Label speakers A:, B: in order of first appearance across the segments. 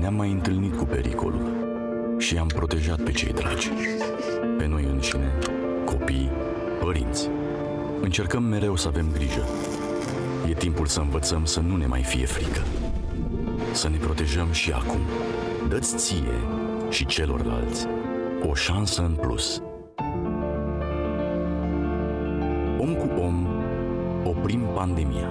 A: ne-am mai întâlnit cu pericolul și am protejat pe cei dragi. Pe noi înșine, copii, părinți. Încercăm mereu să avem grijă. E timpul să învățăm să nu ne mai fie frică. Să ne protejăm și acum. Dă-ți ție și celorlalți o șansă în plus. Om cu om, oprim pandemia.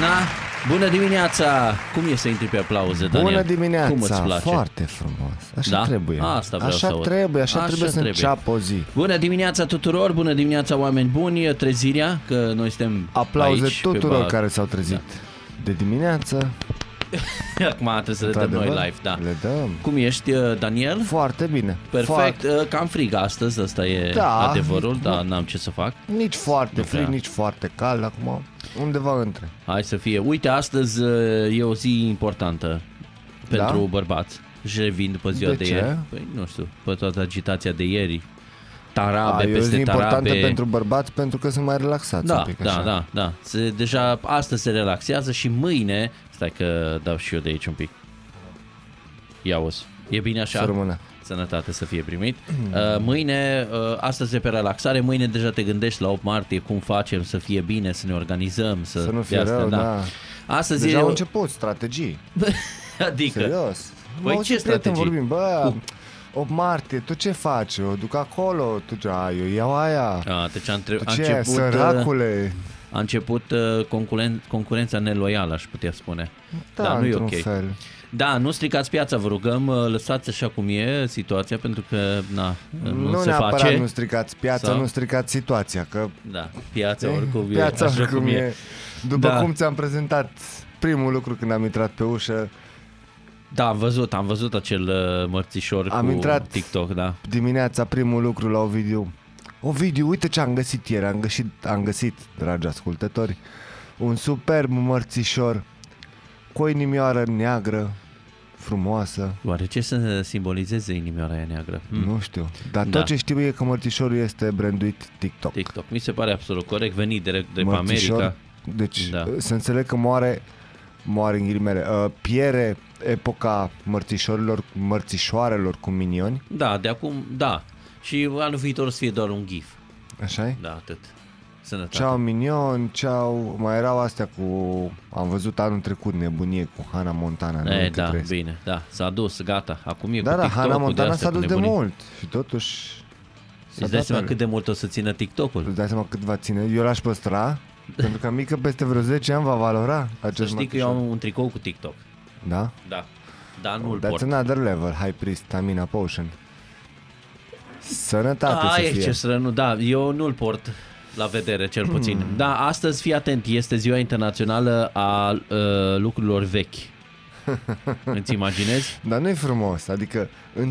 B: Na, bună dimineața! Cum e să intri pe aplauze, Daniel?
C: Bună dimineața!
B: Cum îți place?
C: Foarte frumos. Așa
B: Da?
C: trebuie.
B: Asta vreau
C: așa
B: să aud.
C: trebuie, așa,
B: Așa
C: trebuie să
B: trebuie.
C: înceapă o zi.
B: Bună dimineața tuturor, bună dimineața oameni buni, trezirea, că noi suntem
C: Aplauze
B: aici, pe
C: tuturor
B: ba-
C: care s-au trezit de dimineață.
B: Acum trebuie să le dăm noi
C: Într-adevăr,
B: live, da.
C: Le dăm.
B: Cum ești, uh, Daniel?
C: Foarte bine.
B: Perfect,
C: Foarte,
B: Foarte. cam frig astăzi, asta e
C: Da.
B: adevărul, dar n-am ce să fac.
C: nici foarte
B: Nu
C: frig,
B: prea.
C: nici foarte cald acum. Undeva între.
B: Hai să fie. Uite, astăzi uh, e o zi importantă pentru
C: Da?
B: bărbați. Și revin după ziua de,
C: De ce?
B: ieri. Păi, nu știu, pe toată agitația de ieri. Tarabe
C: A, e o
B: peste
C: zi importantă
B: tarabe.
C: pentru bărbați pentru că sunt mai relaxați
B: Da,
C: un pic
B: da,
C: așa.
B: da, da. Se, deja astăzi se relaxează și mâine... Stai că dau și eu de aici un pic. Ia uzi. E bine așa?
C: Să rămână.
B: Sănătate să fie primit. Uh, Mâine, uh, astăzi e pe relaxare, mâine deja te gândești la 8 martie cum facem să fie bine, să ne organizăm, să,
C: Să nu fie
B: de astea,
C: rău,
B: da.
C: da.
B: Astăzi
C: Deja
B: e...
C: au început strategii.
B: adică,
C: Serios.
B: Păi ce
C: Mă, prieten,
B: strategii?
C: Vorbim, bă, 8 martie, tu ce faci? Eu duc acolo, tu ce ai, eu iau aia.
B: A, deci a, între...
C: Tu
B: a
C: ce,
B: început, uh,
C: săracule?
B: a început uh, concuren... concurența neloială, aș putea spune.
C: Da,
B: Dar nu e
C: într-un
B: ok.
C: fel.
B: Da, nu stricați piața, vă rugăm, uh, lăsați așa cum e situația, pentru că na, uh, nu,
C: Nu
B: se
C: neapărat
B: face.
C: nu stricați piața,
B: Sau?
C: nu stricați situația, că
B: Da, piața oricum e
C: Eh, piața
B: așa
C: oricum
B: cum e.
C: e. După
B: Da.
C: cum ți-am prezentat primul lucru când am intrat pe ușă,
B: Da, am văzut, am văzut acel uh, mărțișor
C: Am
B: cu
C: intrat-
B: TikTok, da.
C: dimineața primul lucru la Ovidiu. Ovidiu, uite ce am găsit ieri, am găsit, am găsit dragi ascultători, un superb mărțișor cu o inimioară neagră, frumoasă,
B: Oare ce să simbolizeze inimioara aia neagră? Hmm.
C: nu știu. Dar tot
B: Da.
C: ce știu e că mărțișorul este branduit TikTok.
B: TikTok. Mi se pare absolut corect, venit direct de pe
C: Mărțișor.
B: America.
C: Deci
B: Da.
C: da. să înțeleg că moare, moare în ghilimele, uh, piere epoca mărțișorilor, mărțișoarelor cu minioni,
B: Da, de acum, da. Și anul viitor o să fie doar un gif.
C: așa
B: Da, atât. Sănătate.
C: Da. Ceau minion, ceau, mai erau astea cu, am văzut anul trecut nebunie cu Hannah Montana. nu
B: E,
C: încă
B: da,
C: trăiesc.
B: bine, da, s-a dus, gata. Acum e
C: Da,
B: cu
C: da,
B: TikTok-ul
C: Hannah
B: de
C: Montana
B: astea
C: s-a dus
B: cu
C: de
B: nebunii.
C: mult și totuși... s-a
B: Îți dai
C: dat
B: seama
C: pe
B: cât
C: ele.
B: de mult o să țină TikTok-ul?
C: Îți dai seama cât va ține? Eu l-aș păstra, pentru că mică peste vreo 10 ani va valora
B: Să
C: acest
B: știi că eu
C: mărțișor.
B: am un tricou cu TikTok.
C: Da?
B: Da. Dar nu-l
C: That's
B: port.
C: another level, high priest, stamina potion. Sănătate
B: A,
C: să
B: e
C: fie.
B: ce strănu, da, eu nu-l port la vedere, cel puțin.
C: Hmm.
B: Da, astăzi, fii atent, este ziua internațională a uh, lucrurilor vechi. Îți imaginezi?
C: Dar nu e frumos, adică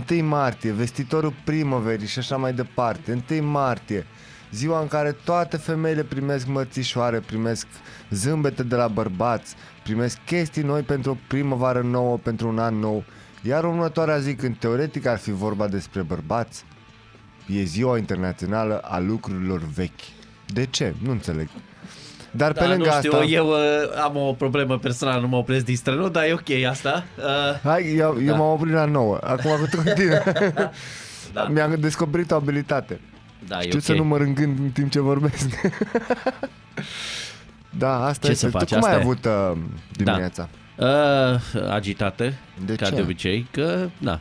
C: 1 martie, vestitorul primăverii și așa mai departe, 1 martie, ziua în care toate femeile primesc mărțișoare, primesc zâmbete de la bărbați, primesc chestii noi pentru o primăvară nouă, pentru un an nou, iar următoarea zi când teoretic ar fi vorba despre bărbați, e ziua internațională a lucrurilor vechi. De ce? Nu înțeleg. Dar
B: Da,
C: pe lângă
B: nu știu,
C: asta...
B: eu uh, am o problemă personală, nu mă opresc din strănu, dar e ok asta. Uh,
C: Hai, eu, eu m-am oprit la 9. Acum cu tot tine.
B: Da.
C: da. Mi-am descoperit o abilitate.
B: da,
C: Știu
B: e ok.
C: să nu mă rângând în timp ce vorbesc. da, asta
B: Ce
C: este.
B: să faci?
C: tu cum
B: Asta
C: ai
B: e. Da.
C: avut uh, dimineața?
B: Uh, agitată,
C: De
B: ca
C: ce?
B: de obicei, că da,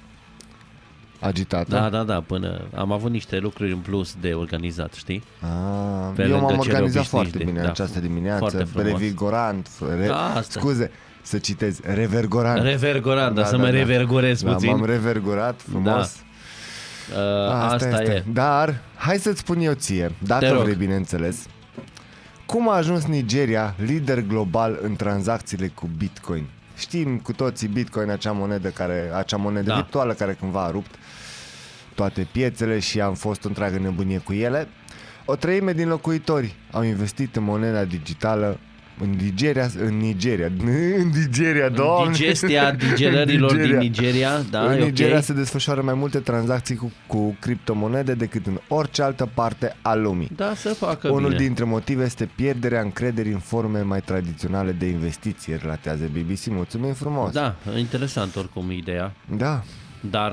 C: Agitată?
B: da, da, da, până am avut niște lucruri în plus de organizat, știi?
C: Ah,
B: Pe
C: eu
B: lângă
C: m-am
B: cele
C: organizat
B: obișnuite,
C: foarte bine în
B: da.
C: această
B: Foarte
C: dimineață.
B: frumos.
C: Revigorant. Re...
B: Da, asta.
C: Scuze, să citez. Revergorant.
B: Revergorat, dar
C: Da,
B: să
C: da,
B: mă
C: da.
B: revergorez
C: Da,
B: puțin. Da.
C: m-am revergorat frumos.
B: Uh, asta,
C: Asta,
B: asta
C: este.
B: e.
C: Dar hai să-ți spun eu ție,
B: Te
C: dacă
B: rog.
C: vrei, bineînțeles, Cum a ajuns Nigeria lider global în tranzacțiile cu Bitcoin? Știm cu toții Bitcoin, acea monedă, care, acea monedă
B: Da.
C: virtuală care cândva a rupt toate piețele și am fost o întreagă nebunie cu ele. O treime din locuitori au investit în moneda digitală în Nigeria, în Nigeria, în Nigeria, doamne.
B: Digestia digerărilor
C: În
B: din Nigeria, da,
C: în
B: e
C: Nigeria
B: ok.
C: se desfășoară mai multe tranzacții cu, cu criptomonede decât în orice altă parte a lumii.
B: Da, să facă
C: Unul
B: bine.
C: dintre motive este pierderea încrederii în forme mai tradiționale de investiție, relatează BBC. Mulțumim frumos!
B: Da, interesant oricum ideea.
C: da.
B: Dar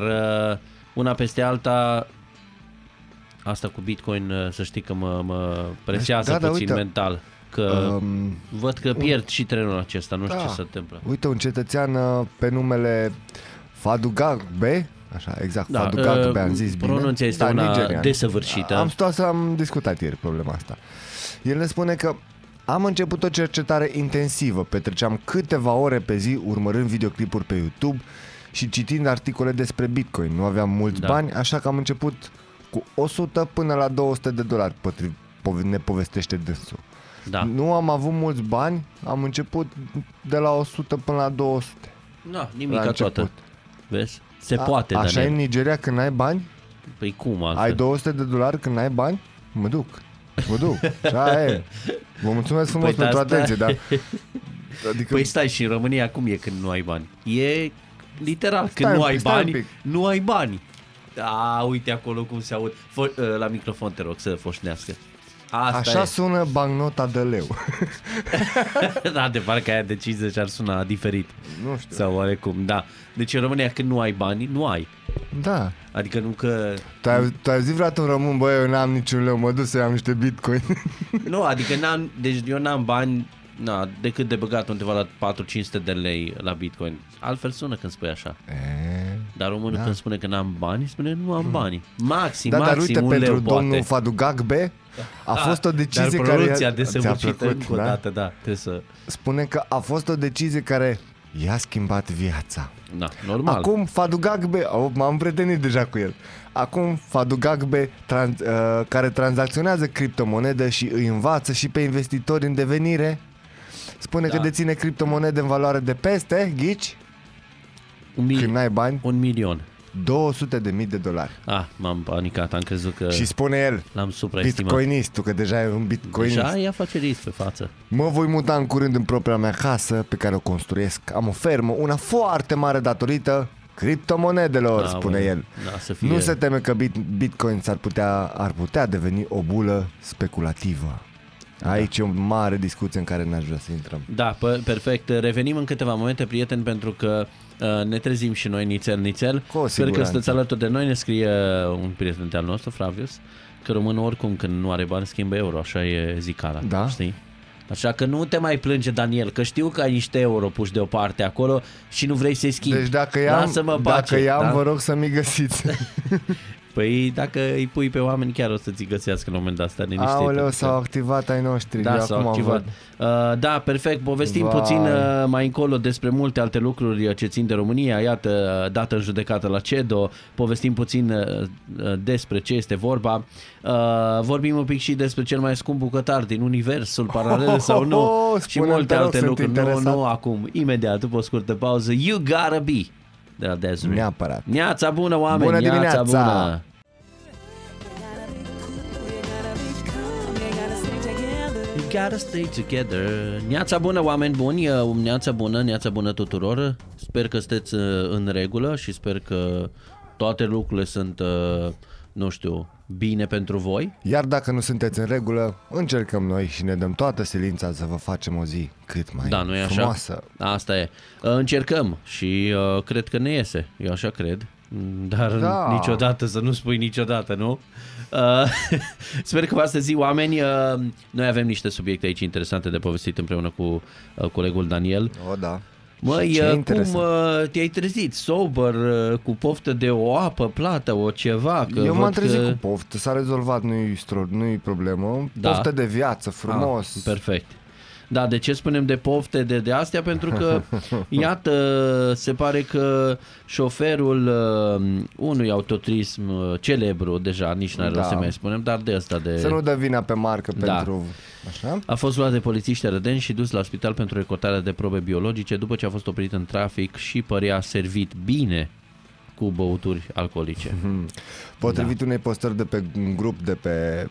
B: uh, una peste alta, asta cu Bitcoin, uh, să știi că mă, mă presează
C: Da,
B: da,
C: da,
B: da, puțin
C: uite.
B: mental. Că um,
C: Um,
B: văd că pierd și trenul acesta, nu știu
C: da.
B: ce se întâmplă.
C: uite, un cetățean uh, pe numele Fadugagbe, așa, exact, da, Fadugagbe,
B: uh,
C: am zis bine.
B: Pronunția este
C: da,
B: una
C: nigerian.
B: desăvârșită.
C: Am stat să am discutat ieri problema asta. El ne spune că am început o cercetare intensivă, petreceam câteva ore pe zi urmărind videoclipuri pe YouTube și citind articole despre Bitcoin. Nu aveam mulți da.
B: Da.
C: bani, așa că am început cu 100 până la 200 de dolari, potri- pove- ne povestește dânsul.
B: da.
C: Nu am avut mulți bani, am început de la 100 până la 200.
B: Na,
C: la
B: nimica
C: început.
B: toată. Vezi? Se A, poate,
C: A, așa e în
B: Daniel.
C: Nigeria când ai bani?
B: Păi cum altfel?
C: Ai 200 de dolari când n-ai bani? Mă duc. Mă duc. Așa e. Vă mulțumesc frumos
B: Păi,
C: păi, pentru
B: asta-
C: atenție, dar... Adică,
B: Păi stai și în România cum e când nu ai bani? E literal,
C: Stai
B: când
C: un
B: nu
C: pic,
B: ai
C: stai un
B: bani,
C: pic.
B: nu ai bani. A, uite acolo cum se aud. Fo- uh, la microfon te rog să foșnească. Asta
C: așa
B: e.
C: sună bancnota de leu.
B: da, de parcă aia de 50 ar suna diferit.
C: Nu știu.
B: Sau oarecum, da. Deci în România când nu ai bani, nu ai.
C: Da.
B: Adică nu că...
C: Tu ai, tu ai zis vreodată un român, băi, eu n-am niciun leu, mă duc să iau niște bitcoin.
B: Nu, adică n-am... Deci eu n-am bani Na, decât de băgat undeva la 4-500 de lei la Bitcoin. Altfel sună când spui așa.
C: E,
B: Dar românul
C: Eh, Da. Hmm.
B: da. când spune că n-am bani, spune nu am bani. Maxim,
C: da, dar
B: maxim
C: uite,
B: un
C: pentru
B: leu
C: domnul
B: poate. Ah,
C: Fadugagbe a fost o decizie
B: dar
C: care
B: producția
C: i-a-
B: desăvârșită
C: plăcut,
B: încă o
C: da?
B: dată, da. Trebuie să...
C: spune că a fost o decizie care i-a schimbat viața.
B: Na, normal.
C: Acum Fadugagbe, oh, m-am pretenit deja cu el. Acum Fadugagbe, trans, uh, care tranzacționează criptomonede și îi învață și pe investitori în devenire, spune da.
B: Da.
C: că deține criptomonede în valoare de peste, ghici,
B: un,
C: când
B: mil...
C: n-ai bani,
B: un milion.
C: 200 de mii de dolari.
B: Ah, m-am panicat, am crezut că
C: Și spune el,
B: l-am supraestimat.
C: bitcoinistul, că deja e un bitcoinist.
B: Deja e afacerist pe față.
C: Mă voi muta în curând în propria mea casă pe care o construiesc. Am o fermă, una foarte mare datorită criptomonedelor,
B: Da,
C: spune
B: bă,
C: el.
B: da, să fie.
C: Nu se teme că bit- Bitcoin s-ar putea, ar putea deveni o bulă speculativă. Aici e o mare discuție în care n-aș vrea să intrăm.
B: Da, p- perfect. Revenim în câteva momente, prieteni, pentru că uh, ne trezim și noi nițel, nițel.
C: Cu o
B: Sper că
C: siguranță.
B: sunteți alături de noi. Ne scrie uh, un prieten de-al nostru, Flavius, că românul oricum când nu are bani schimbă euro. Așa e zicala,
C: Da.
B: știi? Așa că nu te mai plânge, Daniel, că știu că ai niște euro puși deoparte acolo și nu vrei să-i schimbi.
C: Deci dacă i-am,
B: Lasă-mă pace,
C: dacă i-am
B: da?
C: vă rog să mi găsiți.
B: Păi dacă îi pui pe oameni chiar o să-ți găsească în momentul ăsta liniștit.
C: Aoleu, s-au activat ai noștri.
B: Da,
C: Eu
B: s-au
C: acum
B: activat.
C: văd.
B: Uh, da, perfect. Povestim
C: Vai.
B: puțin uh, mai încolo despre multe alte lucruri uh, ce țin de România. Iată, uh, dată în judecată la CEDO. Povestim puțin uh, uh, despre ce este vorba. Uh, vorbim un pic și despre cel mai scump bucătar din universul paralel sau nu.
C: Oh,
B: și
C: spune-mi,
B: multe
C: te rog,
B: alte
C: sunt
B: lucruri. Nu,
C: interesat.
B: nu, acum. Imediat, după o scurtă pauză. You gotta be de la Dezului.
C: Neapărat.
B: Neața bună, oameni!
C: Bună
B: Neața
C: dimineața!
B: bună! You gotta stay together. Neața bună, oameni buni, uh, neața bună, neața bună tuturor. Sper că sunteți uh, în regulă și sper că toate lucrurile sunt, uh, nu știu, bine pentru voi.
C: Iar dacă nu sunteți în regulă, încercăm noi și ne dăm toată silința să vă facem o zi cât mai
B: Da, nu e așa?
C: frumoasă.
B: Asta e. Uh, Încercăm și uh, cred că ne iese. Eu așa cred. Mm, Dar
C: Da.
B: da. niciodată să nu spui niciodată, nu? Uh, Sper că v-ați trezit oameni. Uh, Noi avem niște subiecte aici interesante de povestit împreună cu uh, colegul Daniel.
C: O, da.
B: Măi,
C: Ce
B: uh,
C: interesant.
B: cum uh, te-ai trezit? Sober, uh, cu poftă de o apă plată, o ceva? Că
C: Eu m-am
B: văd
C: trezit
B: că...
C: cu poftă, s-a rezolvat, nu-i, stro- nu-i problemă.
B: Da.
C: Poftă de viață, frumos.
B: Ah, perfect. Da, de ce spunem de pofte de, de astea? Pentru că, iată, se pare că șoferul uh, unui autoturism uh, celebru, deja nici n-are da.
C: Da.
B: să mai spunem, dar de asta de...
C: Să nu dă vina pe marcă
B: Da.
C: pentru... Așa?
B: A fost luat de polițiști rădeni și dus la spital pentru recoltarea de probe biologice după ce a fost oprit în trafic și părea servit bine cu băuturi alcoolice.
C: Potrivit da. unei postări de pe un grup de pe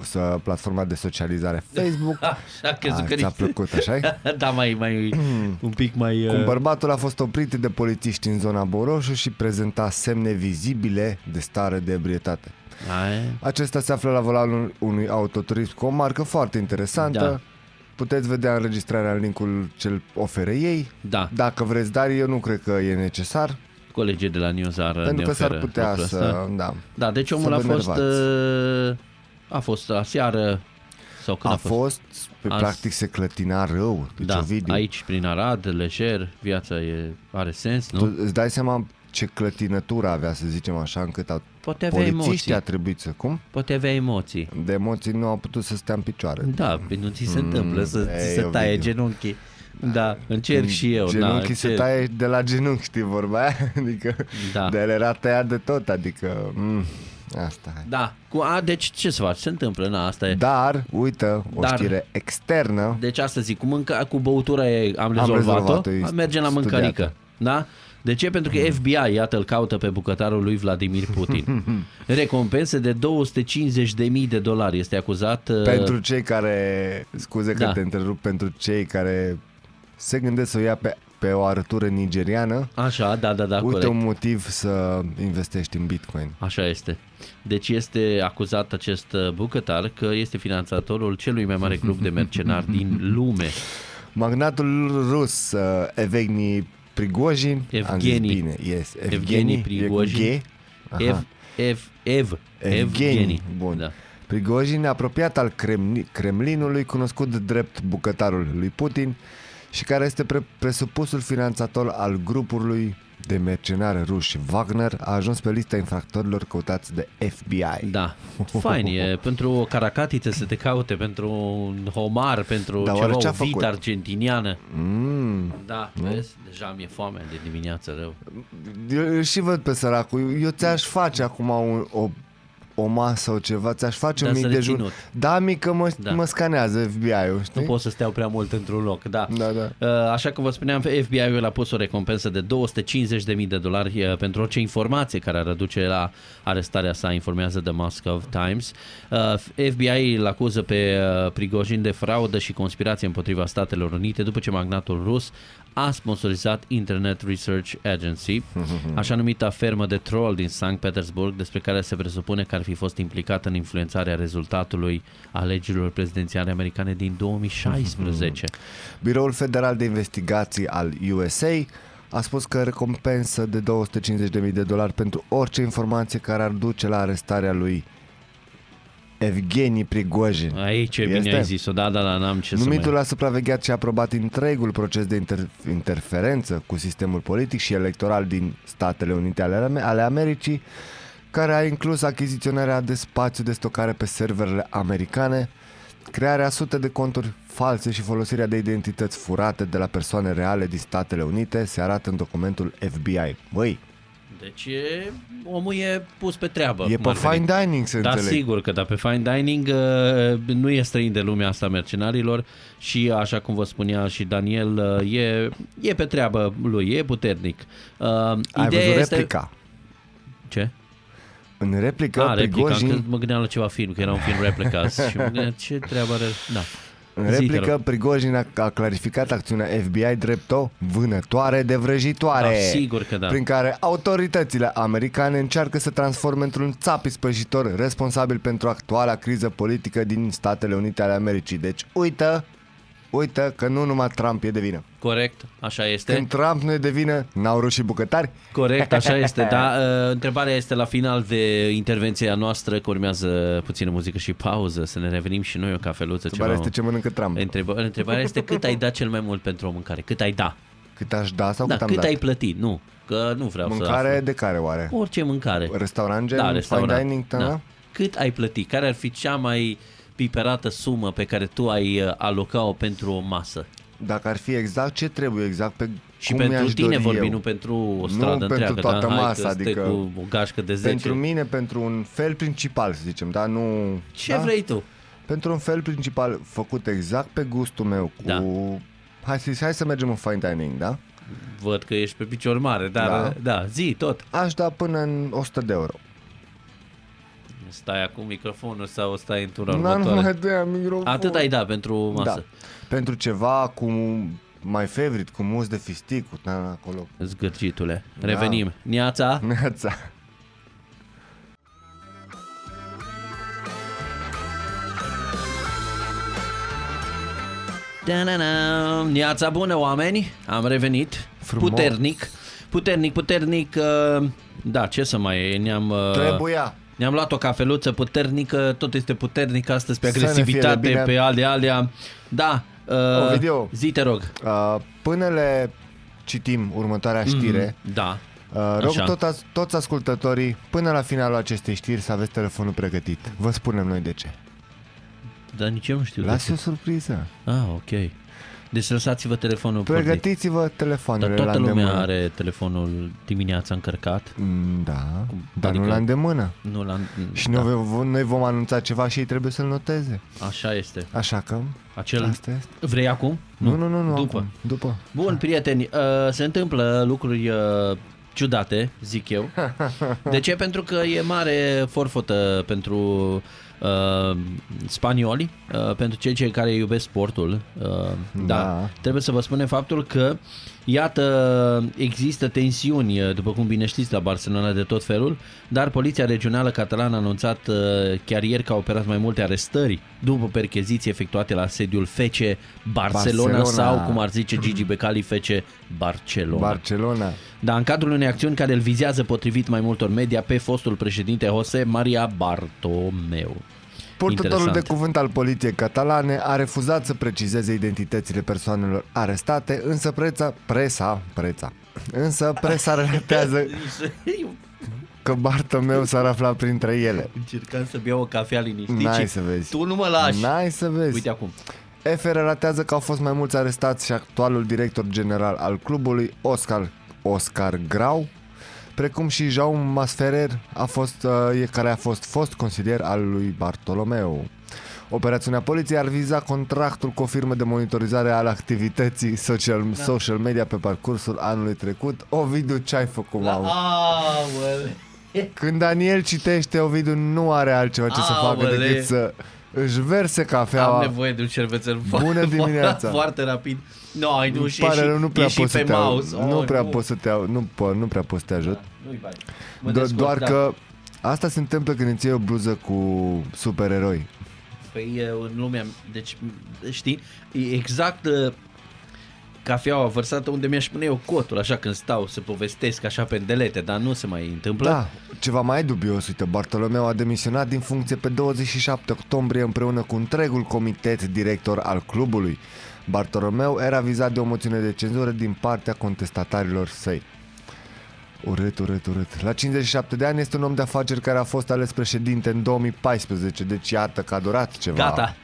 C: să, platforma de socializare Facebook.
B: Așa crezut că
C: Ah, ți-a plăcut, așa Hmm.
B: da, mai, mai, un pic mai...
C: Cum bărbatul a fost oprit de polițiști în zona Boroșu și prezenta semne vizibile de stare de ebrietate.
B: uh, Ai,
C: Acesta se află la volanul unui autoturism cu o marcă foarte interesantă.
B: Da.
C: Da. Puteți vedea înregistrarea în linkul ce oferă ei.
B: da,
C: Dacă vreți, dar eu nu cred că e necesar,
B: colegii de la Newsar ne
C: pentru că s-ar
B: oferă
C: putea
B: lucrul ăsta.
C: să... Da.
B: Da, deci
C: să
B: omul
C: vă
B: a fost...
C: enervați.
B: uh, A fost aseară sau când
C: A
B: a fost?
C: fost, pe
B: Azi-
C: practic se clătina rău. Deci
B: Da,
C: Ovidiu,
B: aici prin Arad, lejer, viața e, are sens,
C: Tu
B: nu?
C: îți dai seama ce clătinătură avea, să zicem așa, încât a...
B: Poate avea
C: polițiștii
B: emoții,
C: a trebuit să... Cum?
B: poate avea emoții.
C: De emoții nu au putut să stea în picioare.
B: Da, pe nu ți se
C: Hmm,
B: întâmplă să,
C: ei,
B: ți se taie
C: Ovidiu.
B: genunchii. Da, încerc și eu.
C: Hmm, Genunchii
B: da,
C: se
B: încerc.
C: taie de la genunchi, știi vorba aia? Adică
B: Da.
C: da. de el era tăiat de tot, adică... Mm, asta e.
B: Da, cu a, deci ce să faci? Se întâmplă, na, asta
C: Da,
B: e.
C: Dar, uite, o
B: Dar-
C: Dar... știre externă.
B: Deci asta zic, cu, mânca, cu băutura e, am rezolvat-o, am
C: rezolvat-o, e
B: mergem la
C: studiată.
B: mâncărică. Da? De ce? Pentru că FBI, iată, îl caută pe bucătarul lui Vladimir Putin. Recompense de 250.000 de dolari. Este acuzat... uh,
C: Pentru cei care, scuze că
B: da.
C: da. te întrerup, pentru cei care se gândesc să o ia pe, pe o arătură nigeriană,
B: Așa, da, da, da,
C: uite
B: corect.
C: un motiv să investești în Bitcoin.
B: Așa este. Deci este acuzat acest uh, bucătar că este finanțatorul celui mai mare grup de mercenari din lume.
C: Magnatul rus uh, Evgeni Prigojin, am zis
B: Evgeni.
C: bine, yes, Evgeni,
B: Evgeni
C: e
B: Prigojin.
C: G. Aha.
B: Ev, Ev, Ev,
C: Evgeni.
B: Evgeni.
C: Bun.
B: Da.
C: Prigojin, apropiat al Kremli- Kremlinului, cunoscut drept bucătarul lui Putin și care este pre- presupusul finanțator al grupului de mercenari ruși Wagner, a ajuns pe lista infractorilor căutați de FBI.
B: Da, fain e pentru o caracatiță să te caute, pentru un homar, pentru
C: Dar Da, oare
B: ceva,
C: ce
B: o
C: a făcut?
B: vită argentiniană.
C: Mm.
B: Da, vezi, deja mi-e foame de dimineață rău.
C: Eu îl și văd pe săracul. Eu ți-aș face acum un, o, o masă sau ceva, ți-aș face
B: Dar
C: un
B: să
C: mic
B: reținut.
C: dejun. Da, mică, mă,
B: Da.
C: da. mă scanează FBI-ul, știi?
B: Nu pot să steau prea mult într-un loc, da.
C: Da, da.
B: Uh, Așa că vă spuneam, FBI-ul a pus o recompensă de 250.000 de dolari uh, pentru orice informație care ar aduce la arestarea sa, informează The Moscow Times. Uh, FBI îl acuză pe uh, Prigojin de fraudă și conspirație împotriva Statelor Unite după ce magnatul rus a sponsorizat Internet Research Agency,
C: Mhm.
B: așa numita fermă de troll din Sankt Petersburg, despre care se presupune că ar fi fost implicată în influențarea rezultatului alegerilor prezidențiale americane din 2016.
C: Mhm. Biroul Federal de Investigații al USA a spus că recompensă de 250.000 de dolari pentru orice informație care ar duce la arestarea lui Evgeni Prigojin.
B: Aici e bine
C: Este?
B: ai zis-o, da, da, da, n-am ce să
C: Numitul
B: mai...
C: a supravegheat și a aprobat întregul proces de inter- interferență cu sistemul politic și electoral din Statele Unite ale, Ame- ale Americii, care a inclus achiziționarea de spațiu de stocare pe serverele americane, crearea a sute de conturi false și folosirea de identități furate de la persoane reale din Statele Unite, se arată în documentul FBI. Băi,
B: Deci e... omul e pus pe treabă.
C: e
B: cum
C: pe
B: ar veni.
C: fine dining, să
B: Da,
C: înțeleg.
B: sigur că da, pe fine dining uh, nu e străin de lumea asta a mercenarilor și așa cum vă spunea și Daniel, uh, e, e pe treabă lui, e puternic. Uh,
C: Ai
B: ideea
C: văzut
B: este...
C: replica?
B: Ce?
C: În replică,
B: A, replica,
C: Prigojin...
B: că mă gândeam la ceva film, că era un film replica și mă gândeam ce treabă are... Da.
C: În
B: Zi, te rog.
C: replică, Prigojin a, a clarificat acțiunea FBI drept o vânătoare de vrăjitoare.
B: Da, sigur că da.
C: Prin care autoritățile americane încearcă să transforme într-un țap ispășitor responsabil pentru actuala criză politică din Statele Unite ale Americii. Deci, uită, uită că nu numai Trump e de vină.
B: Corect, așa este.
C: Când Trump nu e de vină, n-au rușii bucătari?
B: Corect, așa este, da. Uh, Întrebarea este la final de intervenția noastră, că urmează puțină muzică și pauză, să ne revenim și noi o cafeluță.
C: Întrebarea este ce mănâncă Trump.
B: Întreba- Întrebarea este cât ai dat cel mai mult pentru o mâncare? Cât ai da?
C: Cât aș da sau
B: Da,
C: cât am
B: cât
C: dat?
B: ai plătit? Nu, că nu vreau să
C: Mâncare de care oare?
B: aflu. Orice mâncare.
C: Restaurant gen?
B: da, restaurant.
C: Fine dining?
B: da. Cât ai plătit? Care ar fi cea mai piperată sumă pe care tu ai uh, aloca-o pentru o masă.
C: Dacă ar fi exact ce trebuie, exact pe
B: Și
C: cum mi-aș
B: pentru tine
C: dori
B: vorbim,
C: eu.
B: nu pentru o stradă
C: pentru
B: întreagă.
C: toată
B: da? Hai
C: masa,
B: că stai
C: adică
B: cu o gașcă de 10.
C: Pentru mine, pentru un fel principal, să zicem, dar nu...
B: Ce
C: da?
B: vrei tu?
C: Pentru un fel principal făcut exact pe gustul meu, cu...
B: Da.
C: Hai, să, hai să mergem în fine dining, da?
B: Văd că ești pe picior mare, dar da, da zi tot.
C: Aș da până în 100 de euro.
B: Stai acum microfonul sau stai în tura
C: Da, nu mai
B: următoare?
C: dă microfon.
B: Atât ai da pentru o masă.
C: Pentru ceva cu my favorite, cu mus de fistic, cu na, na, acolo.
B: Da. Zgârcitule. Revenim. Da. Neața,
C: Neața.
B: Uh. Ta-na-na. Neața bună, oameni! Am revenit.
C: Frumos.
B: Puternic. Puternic, puternic. uh, Da, ce să mai e? Ne-am, uh,
C: Trebuia.
B: ne-am luat o cafeluță puternică. Tot este puternic astăzi pe
C: Să ne fie de
B: agresivitate,
C: bine.
B: pe alea, alea. Da. uh,
C: Ovidiu.
B: Zi, te rog.
C: Uh, până le citim următoarea știre, mm-hmm.
B: Da.
C: uh, rog
B: Așa.
C: tot as- toți ascultătorii, până la finalul acestei știri, să aveți telefonul pregătit. Vă spunem noi de ce.
B: Dar nici eu nu știu. de
C: Lasă o surpriză.
B: ce. Ah, ok. Deci lăsați-vă telefonul pornit.
C: Pregătiți-vă
B: Dar
C: telefoanele
B: toată
C: Păi, la
B: lumea
C: îndemână.
B: are telefonul dimineața încărcat.
C: Mm, Da, dar
B: Adică- Da.
C: nu la îndemână.
B: Nu l-am...
C: Și noi, vom- noi vom anunța ceva și ei trebuie să-l noteze.
B: Așa este.
C: Așa că,
B: Acel...
C: asta este.
B: Vrei acum?
C: Nu, nu, nu, nu
B: După.
C: Acum, după.
B: Bun, prieteni, uh, se întâmplă lucruri uh, ciudate, zic eu. De ce? Pentru că e mare forfotă pentru uh, spanioli, uh, pentru cei, cei care iubesc sportul. Uh, da. da.
C: Da.
B: Trebuie să vă spunem faptul că, iată, există tensiuni, uh, după cum bine știți, la Barcelona de tot felul, dar Poliția Regională Catalană a anunțat uh, chiar ieri că au operat mai multe arestări după percheziții efectuate la sediul FC Barcelona, Barcelona.
C: Barcelona.
B: sau, cum ar zice Gigi Becali, FC Barcelona. Bar-
C: Barcelona.
B: dar în cadrul unei acțiuni care îl vizează potrivit mai multor media pe fostul președinte Jose Maria Bartomeu.
C: Purtătorul
B: Interesant.
C: de cuvânt al poliției catalane a refuzat să precizeze identitățile persoanelor arestate, însă preța, presa, preța, însă presa relatează
B: Eu
C: că Bartomeu s-ar afla printre ele.
B: încercam să beau o cafea liniștit
C: N-ai
B: și
C: să vezi.
B: tu nu mă lași.
C: N-ai să vezi.
B: Uite acum.
C: EFR relatează că au fost mai mulți arestați și actualul director general al clubului, Oscar, Oscar Grau, precum și Jaume Masferer, a fost, uh, e- care a fost fost consilier al lui Bartolomeu. Operațiunea poliției ar viza contractul cu o firmă de monitorizare al activității social, da. social media pe parcursul anului trecut. Ovidiu, ce ai făcut,
B: La,
C: mamă?
B: aole.
C: Când Daniel citește, Ovidiu nu are altceva ce să facă
B: Aoleu.
C: decât să își verse cafeaua.
B: Am nevoie de un cervețel
C: Da, Bună dimineața.
B: Foarte rapid. No, ai nu,
C: Îmi
B: și,
C: pare
B: și,
C: rău, nu prea
B: e și
C: pot să
B: pe
C: te au-
B: mouse.
C: nu
B: Oh,
C: prea pot să te au- nu po- nu prea pot să te ajut.
B: Nu-i bai. Mă
C: Do-
B: descurc,
C: doar
B: da.
C: că asta se întâmplă când îți iei o bluză cu supereroi.
B: Păi e în lumea, deci știi, e exact uh, cafeaua vărsată unde mi-aș pune eu cotul, așa când stau să povestesc așa pe îndelete, dar nu se mai întâmplă.
C: Da, ceva mai dubios, uite, Bartolomeu a demisionat din funcție pe 27 octombrie împreună cu întregul comitet director al clubului. Bartolomeu era vizat de o moțiune de cenzură din partea contestatarilor săi. Urât, urât, urât. La 57 de ani este un om de afaceri care a fost ales președinte în 2014, deci iată că a durat ceva.
B: Gata.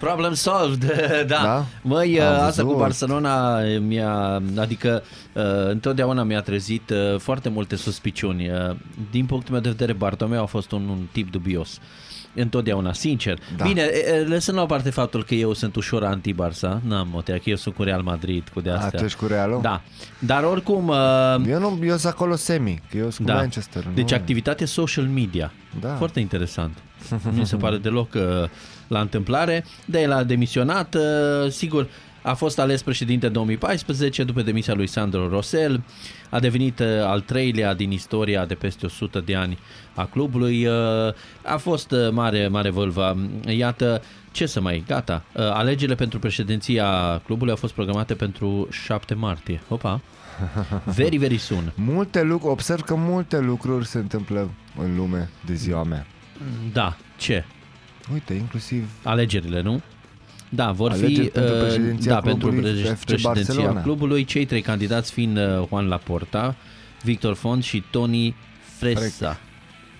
B: Problem solved, da. da?
C: Da?
B: Măi,
C: Am
B: asta cu
C: văzut.
B: Barcelona mi-a, adică uh, întotdeauna mi-a trezit uh, foarte multe suspiciuni. Uh, Din punctul meu de vedere, Bartomeu a fost un, un tip dubios. Întotdeauna, sincer. Da.
C: Da.
B: Bine, e, e, lăsând la o parte faptul că eu sunt ușor anti-Barça, n-am o teacă, eu sunt cu Real Madrid, cu de-astea.
C: tu ești cu Realul?
B: Da. Dar oricum, uh,
C: Eu nu, eu sunt acolo semi, că eu sunt da. cu Manchester. Nu?
B: deci activitate social media.
C: Da.
B: Foarte interesant. Nu mi se pare deloc uh, la întâmplare. De el a demisionat, uh, sigur, a fost ales președinte în 2014 după demisia lui Sandro Rosel. A devenit uh, al treilea din istoria de peste 100 de ani a clubului. Uh, a fost uh, mare, mare vâlva. Iată, ce să mai, gata. Uh, alegerile pentru președinția clubului au fost programate pentru 7 martie. Opa! Very, very soon.
C: Multe lucruri, observ că multe lucruri se întâmplă în lume de ziua mea.
B: Da, ce?
C: Uite, inclusiv
B: Alegerile, nu? Da, vor
C: Alegeri
B: fi
C: pentru
B: uh,
C: președinția
B: da, pentru
C: clubului
B: preș-
C: FC
B: președinția
C: Barcelona.
B: clubului, cei trei candidați fiind uh, Juan Laporta, Victor Font și Toni Fresa.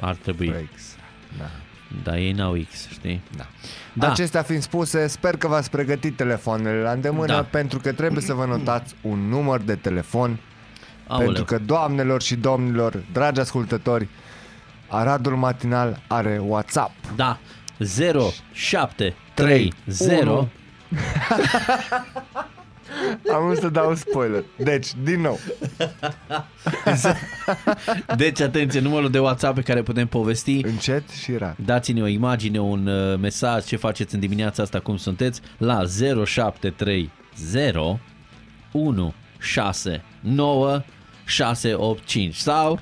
B: Ar trebui.
C: breaks. Da.
B: Dar ei n-au X, știi?
C: Da.
B: Da.
C: da. Acestea fiind spuse, sper că v-ați pregătit telefoanele la îndemână
B: Da.
C: da. pentru că trebuie să vă notați un număr de telefon
B: Aoleu.
C: pentru că doamnelor și domnilor, dragi ascultători, Aradul Matinal are WhatsApp.
B: Da. 0, 7, 3,
C: Trei,
B: 0.
C: unu. Am vrut să dau spoiler. Deci, din nou,
B: Deci, atenție, numărul de WhatsApp pe care putem povesti.
C: încet și rar.
B: Dați-ne o imagine, un uh, mesaj, ce faceți în dimineața asta, cum sunteți, la 0730 169 685 sau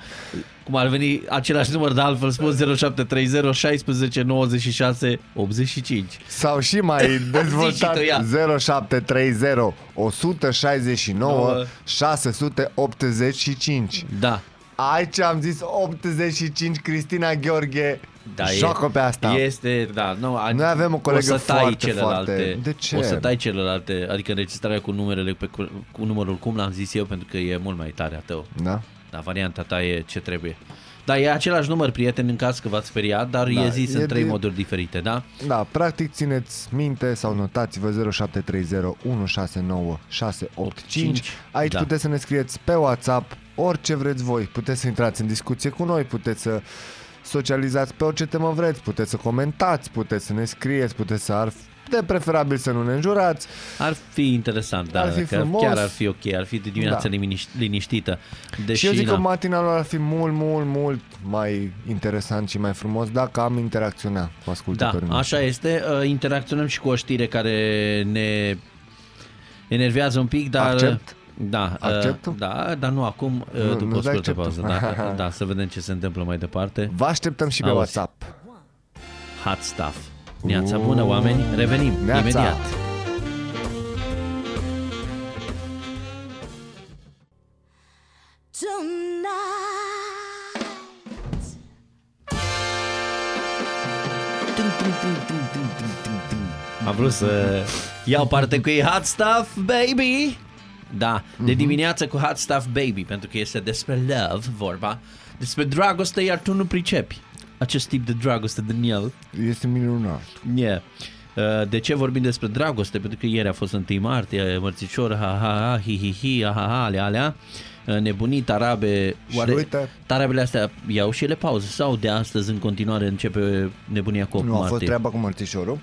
B: cum ar veni același număr, dar altfel spus 0730 16 96 85.
C: Sau și mai dezvoltat
B: tu ea.
C: 0730 169
B: Nouă.
C: 685.
B: Da.
C: Aici am zis 85, Cristina Gheorghe.
B: Da,
C: Joacă pe asta.
B: Este, da, nu, a-
C: Noi avem o colegă
B: o să tai
C: foarte,
B: celelalte,
C: foarte- de ce?
B: O să tai celelalte, adică înregistrarea cu numerele pe, cu, cu numărul cum l-am zis eu pentru că e mult mai tare a tău.
C: Da?
B: Da, varianta ta e ce trebuie. Da, e același număr, prieteni, în caz că v-ați speriat, dar da,
C: Da,
B: e zis
C: e
B: în trei
C: de-
B: moduri diferite, da?
C: Da, practic țineți minte sau notați-vă 0730 169 685. Aici
B: Da.
C: da. puteți să ne scrieți pe WhatsApp orice vreți voi. Puteți să intrați în discuție cu noi, puteți să socializați pe orice temă vreți, puteți să comentați, puteți să ne scrieți, puteți să ar de preferabil să nu ne înjurați.
B: Ar fi interesant, da,
C: Ar fi
B: dacă
C: frumos.
B: chiar ar fi ok, ar fi de dimineață
C: Da.
B: liniș- liniștită. Deși,
C: și eu zic
B: na,
C: că matinalul ar fi mult, mult, mult mai interesant și mai frumos dacă am interacțiunea cu
B: Da,
C: ascultătorii.
B: așa este. Uh, Interacționăm și cu o știre care ne enervează un pic, dar...
C: Accept?
B: Da, uh,
C: Accept-o?
B: da, dar nu acum, uh,
C: Nu,
B: după
C: nu
B: o
C: dai
B: scurtă
C: acceptul.
B: pauză. Da, da, să vedem ce se întâmplă mai departe.
C: Vă așteptăm și pe
B: Auzi.
C: WhatsApp.
B: Hot stuff. Neața bună, oameni. Revenim
C: Uh. Neața.
B: imediat.
D: Tonight.
B: Am vrut să iau parte cu ei Hot Stuff Baby Da, de
C: Mhm.
B: dimineață cu Hot Stuff Baby Pentru că este despre love vorba Despre dragoste, iar tu nu pricepi Acest tip de dragoste din el
C: Este minunat.
B: yeah. Uh, De ce vorbim despre dragoste? Pentru că ieri a fost 1 martie, mărțișor, ha ha ha, hi hi hi, ha ha ha, alea alea Uh, Nebunii tarabe
C: Și uite.
B: Tarabele astea iau și ele pauză Sau de astăzi în continuare începe nebunia cu 8
C: Nu a fost
B: martie
C: treaba cu mărțișorul.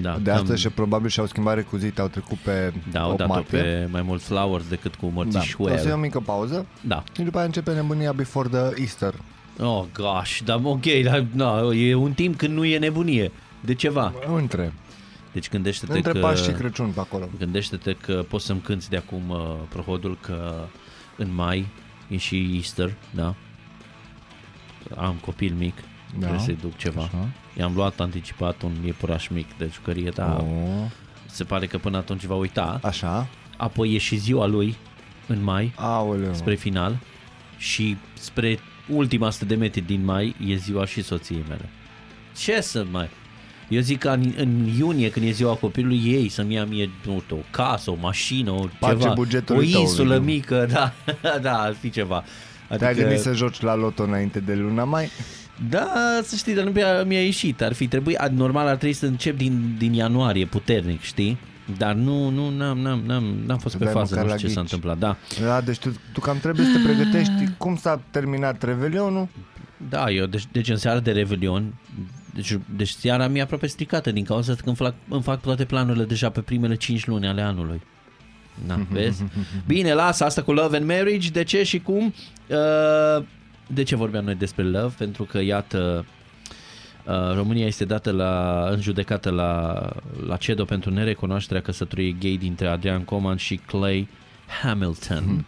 B: da,
C: De
B: am-
C: asta și probabil și-au schimbat recuzite, au trecut pe
B: Da, au
C: 8
B: dat
C: martie.
B: pe mai mult flowers decât cu
C: Da. O să iau o
B: mărțișuel.
C: mică pauză
B: Da.
C: și după aia începe nebunia Before the Easter.
B: Oh, gosh, dar ok, dar, na, e un timp când nu e nebunie de ceva.
C: Între.
B: Deci gândește-te
C: Între
B: că...
C: Paști și Crăciun pe acolo.
B: Gândește-te că poți să-mi cânti de acum uh, prohodul că în mai e și Easter, da? Am copil mic, da. trebuie să-i duc ceva. Așa.
C: Așa.
B: I-am luat anticipat un iepuraș mic de jucărie, dar oh.
C: O,
B: se pare că până atunci va uita.
C: Așa.
B: Apoi e și ziua lui în mai.
C: Aoleu.
B: spre final și spre ultima 100 de metri din mai e ziua și soției mele. Ce să mai... Eu zic că în, în iunie, când e ziua copilului ei, să-mi ia mie nu, știu, o casă, o mașină, o
C: Pace
B: ceva, o
C: bugetului tău,
B: insulă
C: Liviu.
B: mică, da, da, ar fi ceva. Adică,
C: Te-ai gândit să joci la loto înainte de luna mai?
B: Da, să știi, dar nu mi-a, mi-a ieșit. Ar fi trebuit, ad- normal ar trebui să încep din, din ianuarie, puternic, știi? Dar nu, nu, n-am, n-am, n-am, n-am fost pe
C: Dai
B: fază, nu
C: măcar
B: știu
C: la
B: ce s-a
C: ghici.
B: întâmplat, da.
C: Da, deci tu, tu cam trebuie să te pregătești cum s-a terminat Revelionul.
B: Da, eu, deci, deci în seara de Revelion, deci, deci seara mi-e aproape stricată din cauza că îmi fac, îmi fac toate planurile deja pe primele 5 luni ale anului. Na, vezi? Bine, lasă asta cu Love and Marriage. De ce și cum? Uh, De ce vorbeam noi despre Love? Pentru că, iată, uh, România este dată la, în judecată la, la CEDO pentru nerecunoașterea căsătoriei gay dintre Adrian Coman și Clay Hamilton.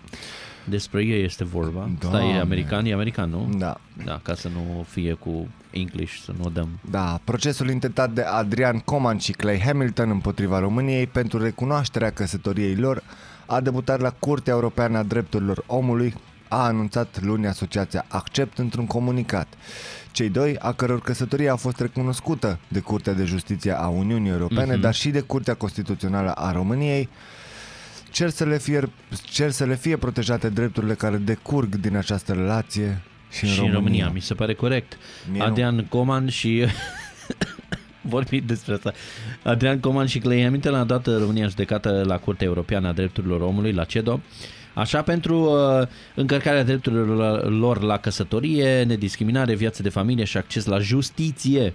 B: Despre ei este vorba. Da, e
C: Doamne.
B: american, e american, nu?
C: Da.
B: Da, ca să nu fie cu English, să nu o dăm.
C: Da, procesul intentat de Adrian Coman și Clay Hamilton împotriva României pentru recunoașterea căsătoriei lor a debutat la Curtea Europeană a Drepturilor Omului, a anunțat luni asociația Accept într-un comunicat. Cei doi, a căror căsătorie a fost recunoscută de Curtea de Justiție a Uniunii Europene, dar și de Curtea Constituțională a României, cer să, le fie, cer să le fie protejate drepturile care decurg din această relație și,
B: și în România, mi se pare corect.
C: Mie nu.
B: Adrian Coman și vorbit despre asta. Adrian Coman și Clay Hamilton a dat uh, România în judecată la Curtea Europeană a Drepturilor Omului, la CEDO. Așa, pentru uh, încărcarea drepturilor la- lor la căsătorie, nediscriminare, viață de familie și acces la justiție.